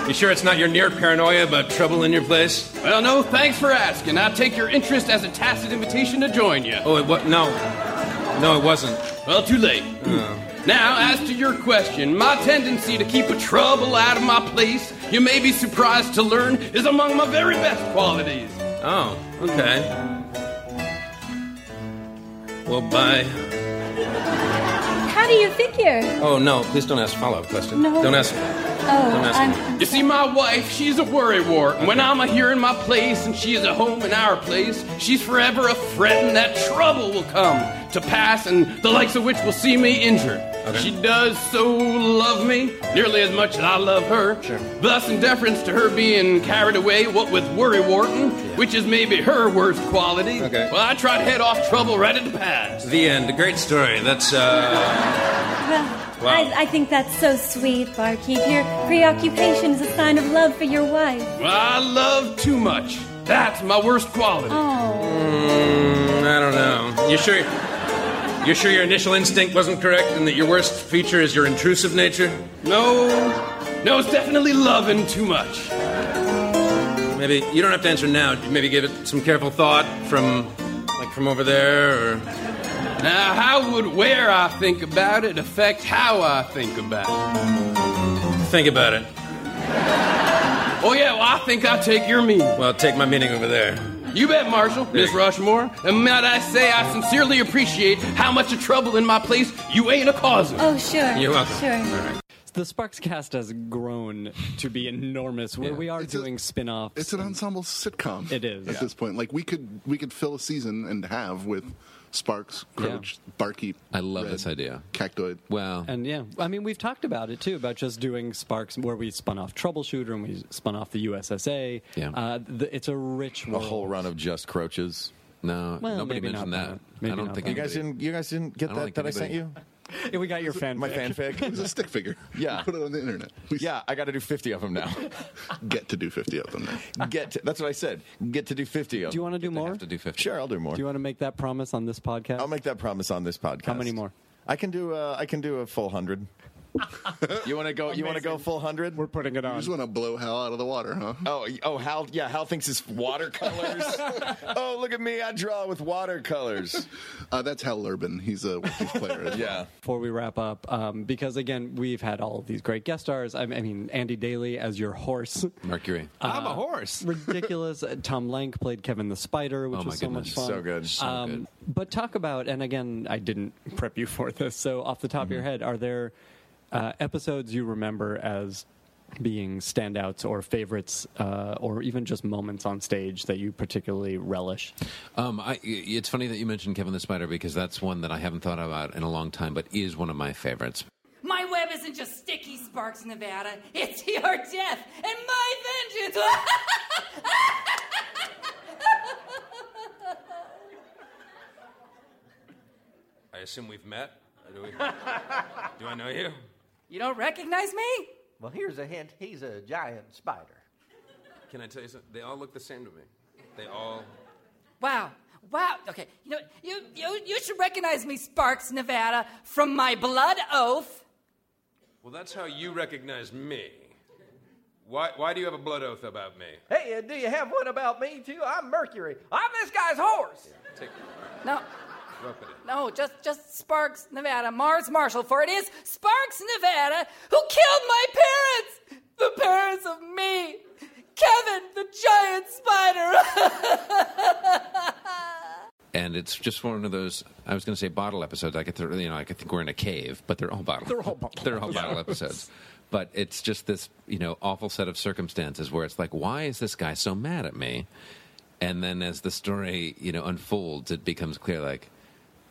You sure it's not your near paranoia about trouble in your place? Well, no, thanks for asking. I take your interest as a tacit invitation to join you. Oh, it wa- no. No, it wasn't. Uh, Well, too late. Now, as to your question, my tendency to keep a trouble out of my place, you may be surprised to learn, is among my very best qualities. Oh, okay. Well, bye. How do you figure? Oh, no, please don't ask follow up questions. No. Don't ask. Oh, Don't ask I'm. You see, my wife, she's a worry wart. When I'm a here in my place and she is a home in our place, she's forever a fretting that trouble will come to pass and the likes of which will see me injured. She does so love me, nearly as much as I love her. Thus, in deference to her being carried away, what with worry warting, which is maybe her worst quality, Okay. well, I try to head off trouble right at the pass. The end. A great story. That's, uh. Well, Wow. I, I think that's so sweet, barkeep. Your preoccupation is a sign of love for your wife. Well, I love too much. That's my worst quality. Oh, Mm, I don't know. You sure? You sure your initial instinct wasn't correct, and that your worst feature is your intrusive nature? No, no, it's definitely loving too much. Maybe you don't have to answer now. Maybe give it some careful thought from, like, from over there, or Now, Uh, how would where I think about it affect how I think about it? think about it. Oh, yeah, well, I think I'll take your meaning. Well, take my meaning over there. You bet, Marshall, Miss Rushmore. And might I say, I sincerely appreciate how much of trouble in my place you ain't a causing. Oh, sure. You're welcome. Sure. The Sparks cast has grown to be enormous. Where we are doing spin-offs. It's an ensemble sitcom. It is at this point. Like we could we could fill a season and have with Sparks, Crouch, Barkeep. I love this idea. Cactoid. Wow. And yeah, I mean, we've talked about it too about just doing Sparks, where we spun off Troubleshooter and we spun off the USSA. Yeah, uh, the, it's a rich A world. whole run of just croaches. No, Well, nobody maybe mentioned not that. that. Maybe I don't not think you that. guys didn't. You guys didn't get I that don't that I think sent you. anybody- Yeah, we got your fanfic. My fanfic. It was a stick figure. Yeah, put it on the internet. Yeah, I got to do fifty of them now. Get to do fifty of them now. Get. To, that's what I said. Get to do fifty of. Do you want to do more? to do fifty? Sure, I'll do more. Do you want to make that promise on this podcast? I'll make that promise on this podcast. How many more? I can do. Uh, I can do a full hundred. you want to go? You want to go full hundred? We're putting it on. You just want to blow Hal out of the water, huh? Oh, y- oh, Hal. Yeah, Hal thinks it's watercolors. oh, look at me! I draw with watercolors. uh, that's Hal Urban. He's a Yankees player. As yeah. Before we wrap up, um, because again, we've had all of these great guest stars. I, I mean, Andy Daly as your horse. Mercury. I'm a horse. Uh, ridiculous. Uh, Tom Lank played Kevin the Spider, which Oh, my was so much goodness. fun. Um, So good. So But talk about, and again, I didn't prep you for this. So off the top of your Mm-hmm. head, are there uh, episodes you remember as being standouts or favorites, uh, or even just moments on stage that you particularly relish? Um, I, it's funny that you mentioned Kevin the Spider because that's one that I haven't thought about in a long time, but is one of my favorites. My web isn't just sticky sparks, Nevada. It's your death and my vengeance. I assume we've met. Or Do, we, do I know you? you don't recognize me? Well, here's a hint. He's a giant spider. Can I tell you something? They all look the same to me. They all. Wow. Wow. Okay. You know, you, you, you should recognize me, Sparks, Nevada, from my blood oath. Well, that's how you recognize me. Why, why do you have a blood oath about me? Hey, uh, do you have one about me, too? I'm Mercury. I'm this guy's horse. Take, No, drop it. no, just, just Sparks, Nevada, Mars Marshall, for it is Sparks, Nevada, who killed my parents, the parents of me, Kevin, the giant spider. and it's just one of those. I was going to say bottle episodes. I could, th- you know, I could think we're in a cave, but they're all bottle. They're all bottle they're all episodes. bottle episodes. But it's just this, you know, awful set of circumstances where it's like, why is this guy so mad at me? And then as the story, you know, unfolds, it becomes clear. Like,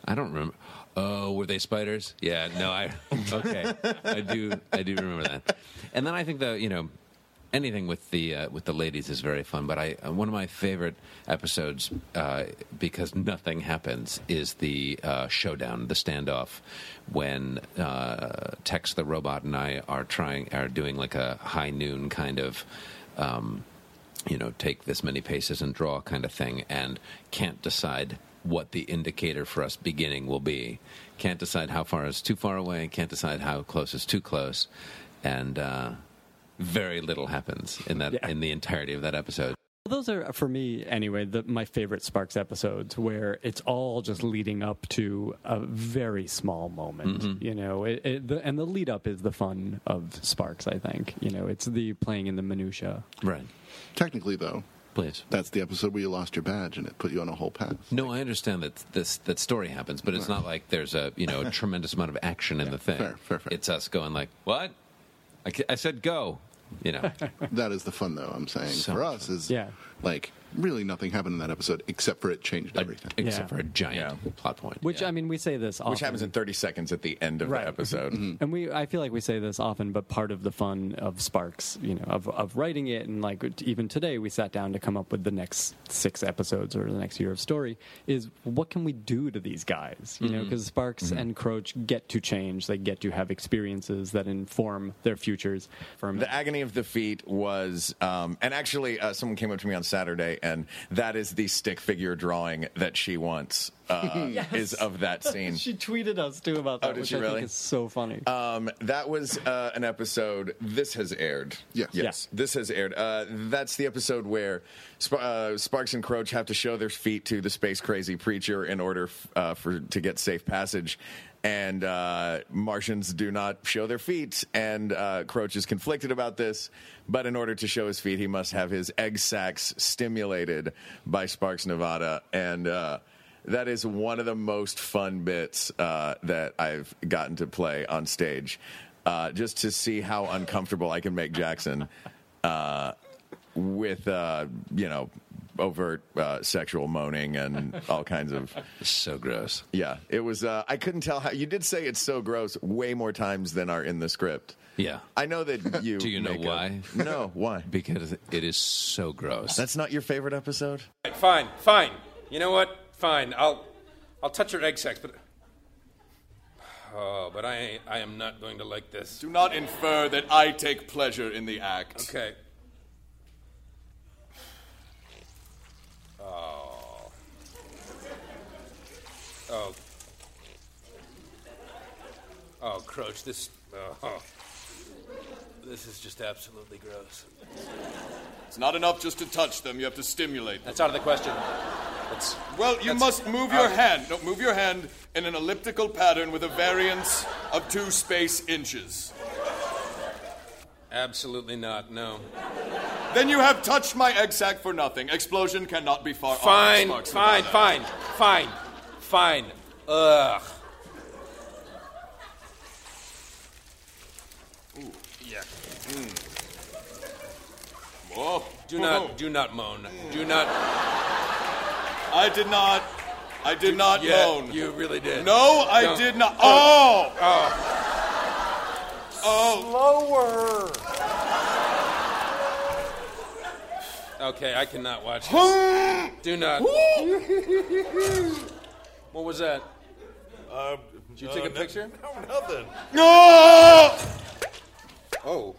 I don't remember. Oh, were they spiders? Yeah, no, I okay. I do, I do remember that. And then I think though, you know, anything with the uh, with the ladies is very fun. But I uh, one of my favorite episodes uh, because nothing happens is the uh, showdown, the standoff, when uh, Tex the robot and I are trying are doing like a high noon kind of. Um, you know, take this many paces and draw kind of thing, and can't decide what the indicator for us beginning will be. Can't decide how far is too far away, can't decide how close is too close, and uh, very little happens in that in the entirety of that episode. Well, those are for me anyway the, my favorite Sparks episodes where it's all just leading up to a very small moment. Mm-hmm. You know, it, it, the, and the lead up is the fun of Sparks. I think you know it's the playing in the minutia. Right. Technically, though, please. That's the episode where you lost your badge and it put you on a whole path. No, I understand that this that story happens, but it's not like there's a you know a tremendous amount of action in the thing. fair, It's us going like, what? I, ca- I said go. You know, that is the fun, though. I'm saying So for much us is like really nothing happened in that episode except for it changed everything. except for a giant plot point. Which I mean, we say this often. Which happens in 30 seconds at the end of Right. Mm-hmm. the episode. and we i feel like we say this often but part of the fun of sparks you know of, of writing it and like even today we sat down to come up with the next six episodes or the next year of story is what can we do to these guys you know Mhm. because sparks Mm-hmm. and croach get to change they get to have experiences that inform their futures from The agony of defeat was, um, and actually, uh, someone came up to me on Saturday, and that is the stick figure drawing that she wants uh, Yes. is of that scene. she tweeted us too about that Oh, did which she I think really? is so funny Um, that was uh, an episode. This has aired. Yes. Yes. This has aired. Uh, that's the episode where Sp- uh, Sparks and Croach have to show their feet to the space crazy preacher in order f- uh, for to get safe passage. And uh, Martians do not show their feet, and uh, Croach is conflicted about this. But in order to show his feet, he must have his egg sacs stimulated by Sparks Nevada, and uh, that is one of the most fun bits uh, that I've gotten to play on stage. Uh, just to see how uncomfortable I can make Jackson uh, with, uh, you know, overt uh, sexual moaning and all kinds of. So gross. Yeah. It was, uh, I couldn't tell how. You did say it's so gross way more times than are in the script. Yeah. I know that you. Do you know make a- why? no, why? Because it is so gross. That's not your favorite episode? All right, fine, fine. You know what? Fine. I'll, I'll touch her egg sacs, but. Oh, but I, ain't, I am not going to like this. Do not infer that I take pleasure in the act. Okay. Oh. Oh. Oh, Croach, this. Oh. This is just absolutely gross. It's not enough just to touch them. You have to stimulate them. That's out of the question. It's, well, you must move your hand. No, move your hand in an elliptical pattern with a variance of two space inches. Absolutely not, no. Then you have touched my egg sac for nothing. Explosion cannot be far Fine, off. Sparks fine, Nevada. fine, fine, fine. Ugh. Ooh, yeah. Whoa. Hmm. Do not, do not moan. Do not. I did not. I did not yeah, moan. You really did. No, I Don't- did not. Oh. Oh. Oh. Oh. Oh. Slower. Okay, I cannot watch this. Do not. Did What was that? Um, Did you take a picture? No, nothing. No! Oh.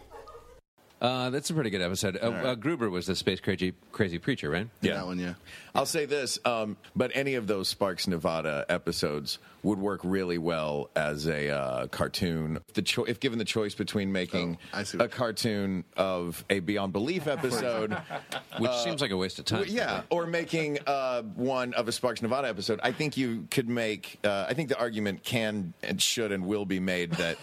Uh, that's a pretty good episode. Uh, uh, Gruber was the space crazy crazy preacher, right? Yeah. That one, yeah. I'll say this, um, but any of those Sparks Nevada episodes would work really well as a uh, cartoon. If, the cho- if given the choice between making Oh, a cartoon of a Beyond Belief episode, Which uh, seems like a waste of time. well, Yeah, or making uh, one of a Sparks Nevada episode. I think you could make. Uh, I think the argument can and should and will be made that.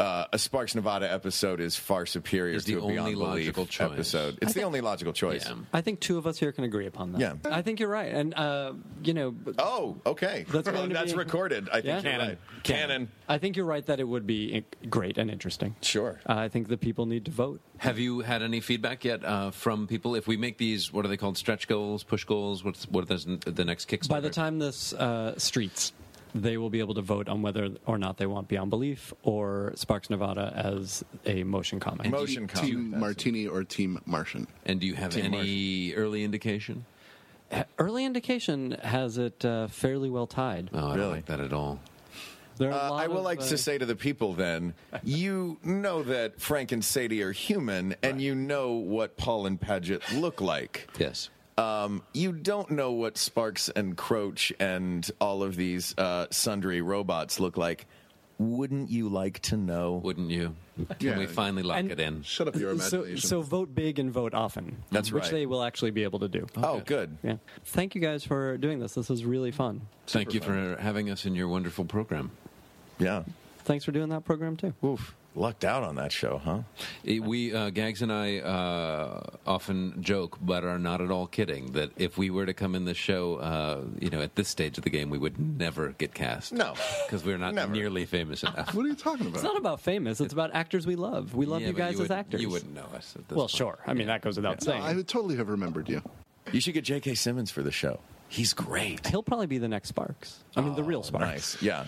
uh, a Sparks Nevada episode is far superior It's to the a Beyond only Belief logical choice. episode. It's the only logical choice. I think two of us here can agree upon that. Yeah. I think you're right. And, uh, you know. Oh, okay. That's, Well, going to that's be- recorded. I think Yeah? you're right. Canon. I think you're right that it would be in- great and interesting. Sure. Uh, I think the people need to vote. Have you had any feedback yet uh, from people? If we make these, what are they called? Stretch goals, push goals. What's what are those, the next Kickstarter? By the time this uh, streets, they will be able to vote on whether or not they want Beyond Belief or Sparks Nevada as a motion comic. Team Martini or Team Martian. And do you have Team any early indication? Early indication has it uh, fairly well tied. Oh, I don't like that at all. There Uh, I would of, like uh, to say to the people then, you know that Frank and Sadie are human, and you know what Paul and Paget look like. Yes. Um, you don't know what Sparks and Croach and all of these uh, sundry robots look like. Wouldn't you like to know? Wouldn't you? Can we finally lock it in? Shut up your So, so vote big and vote often. That's which right. they will actually be able to do. Oh, good. Yeah. Thank you guys for doing this. This was really fun. Thank you for having us in your wonderful program. Yeah. Thanks for doing that program too. Oof. Lucked out on that show, huh? It- We uh, Gags and I uh, often joke, but are not at all kidding, that if we were to come in the show, uh, you know, at this stage of the game, we would never get cast. No. because we're not nearly famous enough. What are you talking It's not about famous. It's about actors we love. We love Yeah, you but guys you as would- actors. you wouldn't know us at this Well, point. sure. I mean, that goes without No, saying. I would totally have remembered you. You should get J.K. Simmons for the show. He's great. Oh, He'll probably be the next Sparks. I mean, the real Sparks. Nice. Yeah.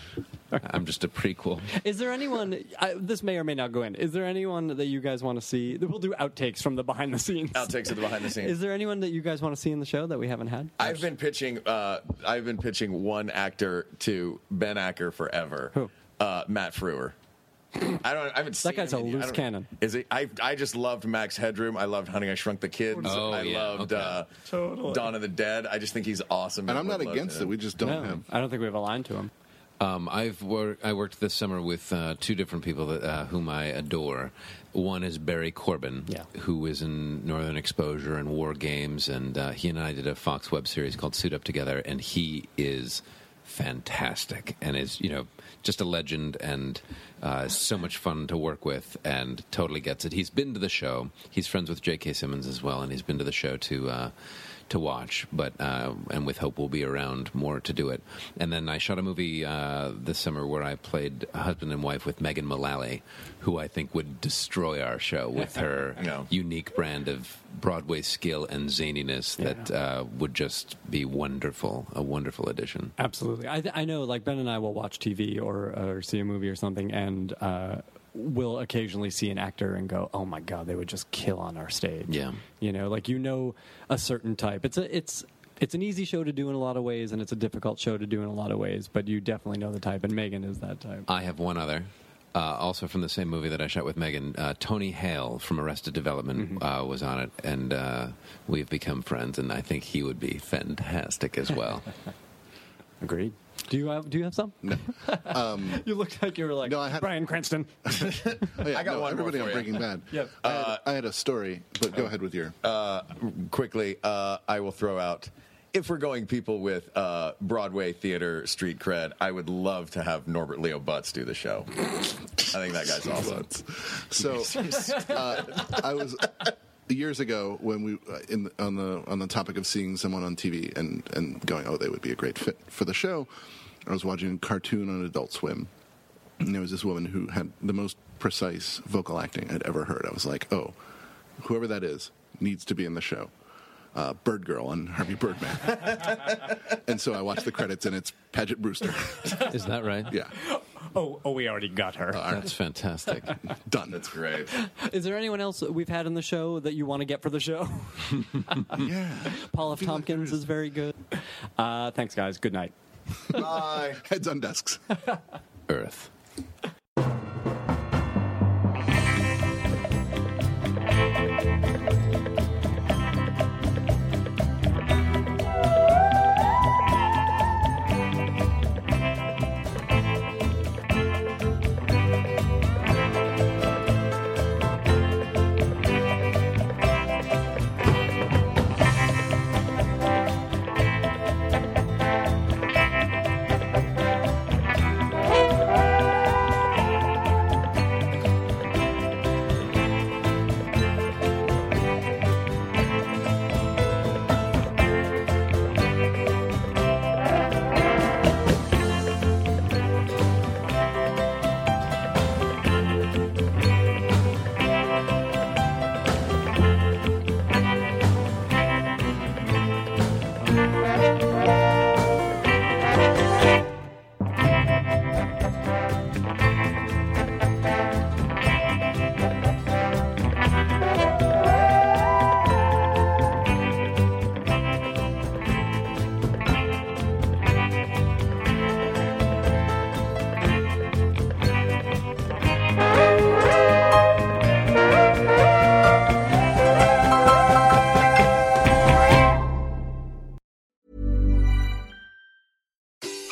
I'm just a prequel. Is there anyone? I, this may or may not go in. Is there anyone that you guys want to see? We'll do outtakes from the behind the scenes. Outtakes of the behind the scenes. Is there anyone that you guys want to see in the show that we haven't had? I've been pitching. Uh, I've been pitching one actor to Ben Acker forever. Who? Uh, Matt Frewer. I don't. I haven't seen. guy's him a in- I loose don't- cannon. Is he? I I just loved Max Headroom. I loved Hunting I Shrunk the Kids. Oh, I yeah, loved okay. uh, Totally. Dawn of the Dead. I just think he's awesome. And I'm Everyone not loves against him. it. We just don't No, have. I don't think we have a line to him. Um, I've wor- I worked this summer with uh, two different people that, uh, whom I adore. One is Barry Corbin, Yeah. who was in Northern Exposure and War Games, and uh, he and I did a Fox web series called Suit Up Together, and he is fantastic and is you know just a legend and uh, so much fun to work with and totally gets it. He's been to the show. He's friends with J.K. Simmons as well, and he's been to the show to. Uh, to watch, but uh, and with hope we'll be around more to do it. And then I shot a movie uh, this summer where I played a husband and wife with Megan Mullally, who I think would destroy our show with her No. unique brand of Broadway skill and zaniness that uh, would just be wonderful, a wonderful addition. Absolutely. I, th- I know, like, Ben and I will watch TV or, or see a movie or something, and uh, we'll occasionally see an actor and go, oh my God, they would just kill on our stage. Yeah. You know, like, you know a certain type. It's a, it's, it's an easy show to do in a lot of ways, and it's a difficult show to do in a lot of ways, but you definitely know the type, and Megan is that type. I have one other. Uh, also from the same movie that I shot with Megan, uh, Tony Hale from Arrested Development Mm-hmm. uh, was on it, and uh, we've become friends. And I think he would be fantastic as well. Agreed. Do you have, do you have some? No. Um, you looked like you were like, Brian Cranston. Oh, yeah, I got no, one more Everybody for on ya. Breaking Bad. Yep. I, had, I had a story, but go ahead with your. uh, quickly, uh, I will throw out. If we're going people with uh, Broadway theater street cred, I would love to have Norbert Leo Butts do the show. I think that guy's awesome. So uh, I was years ago when we uh, in the, on the on the topic of seeing someone on TV and and going, oh, they would be a great fit for the show. I was watching a cartoon on Adult Swim, and there was this woman who had the most precise vocal acting I'd ever heard. I was like, oh, whoever that is needs to be in the show. Uh, Bird Girl on Harvey Birdman, and so I watched the credits, and it's Paget Brewster. Is that right? yeah, Oh, oh, we already got her. That's fantastic. done. That's great. Is there anyone else that we've had in the show that you want to get for the show? yeah. Paul F. Tompkins is very good. Uh, thanks, guys. Good night. Bye. Heads on desks. Earth. Thank you.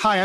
Hi,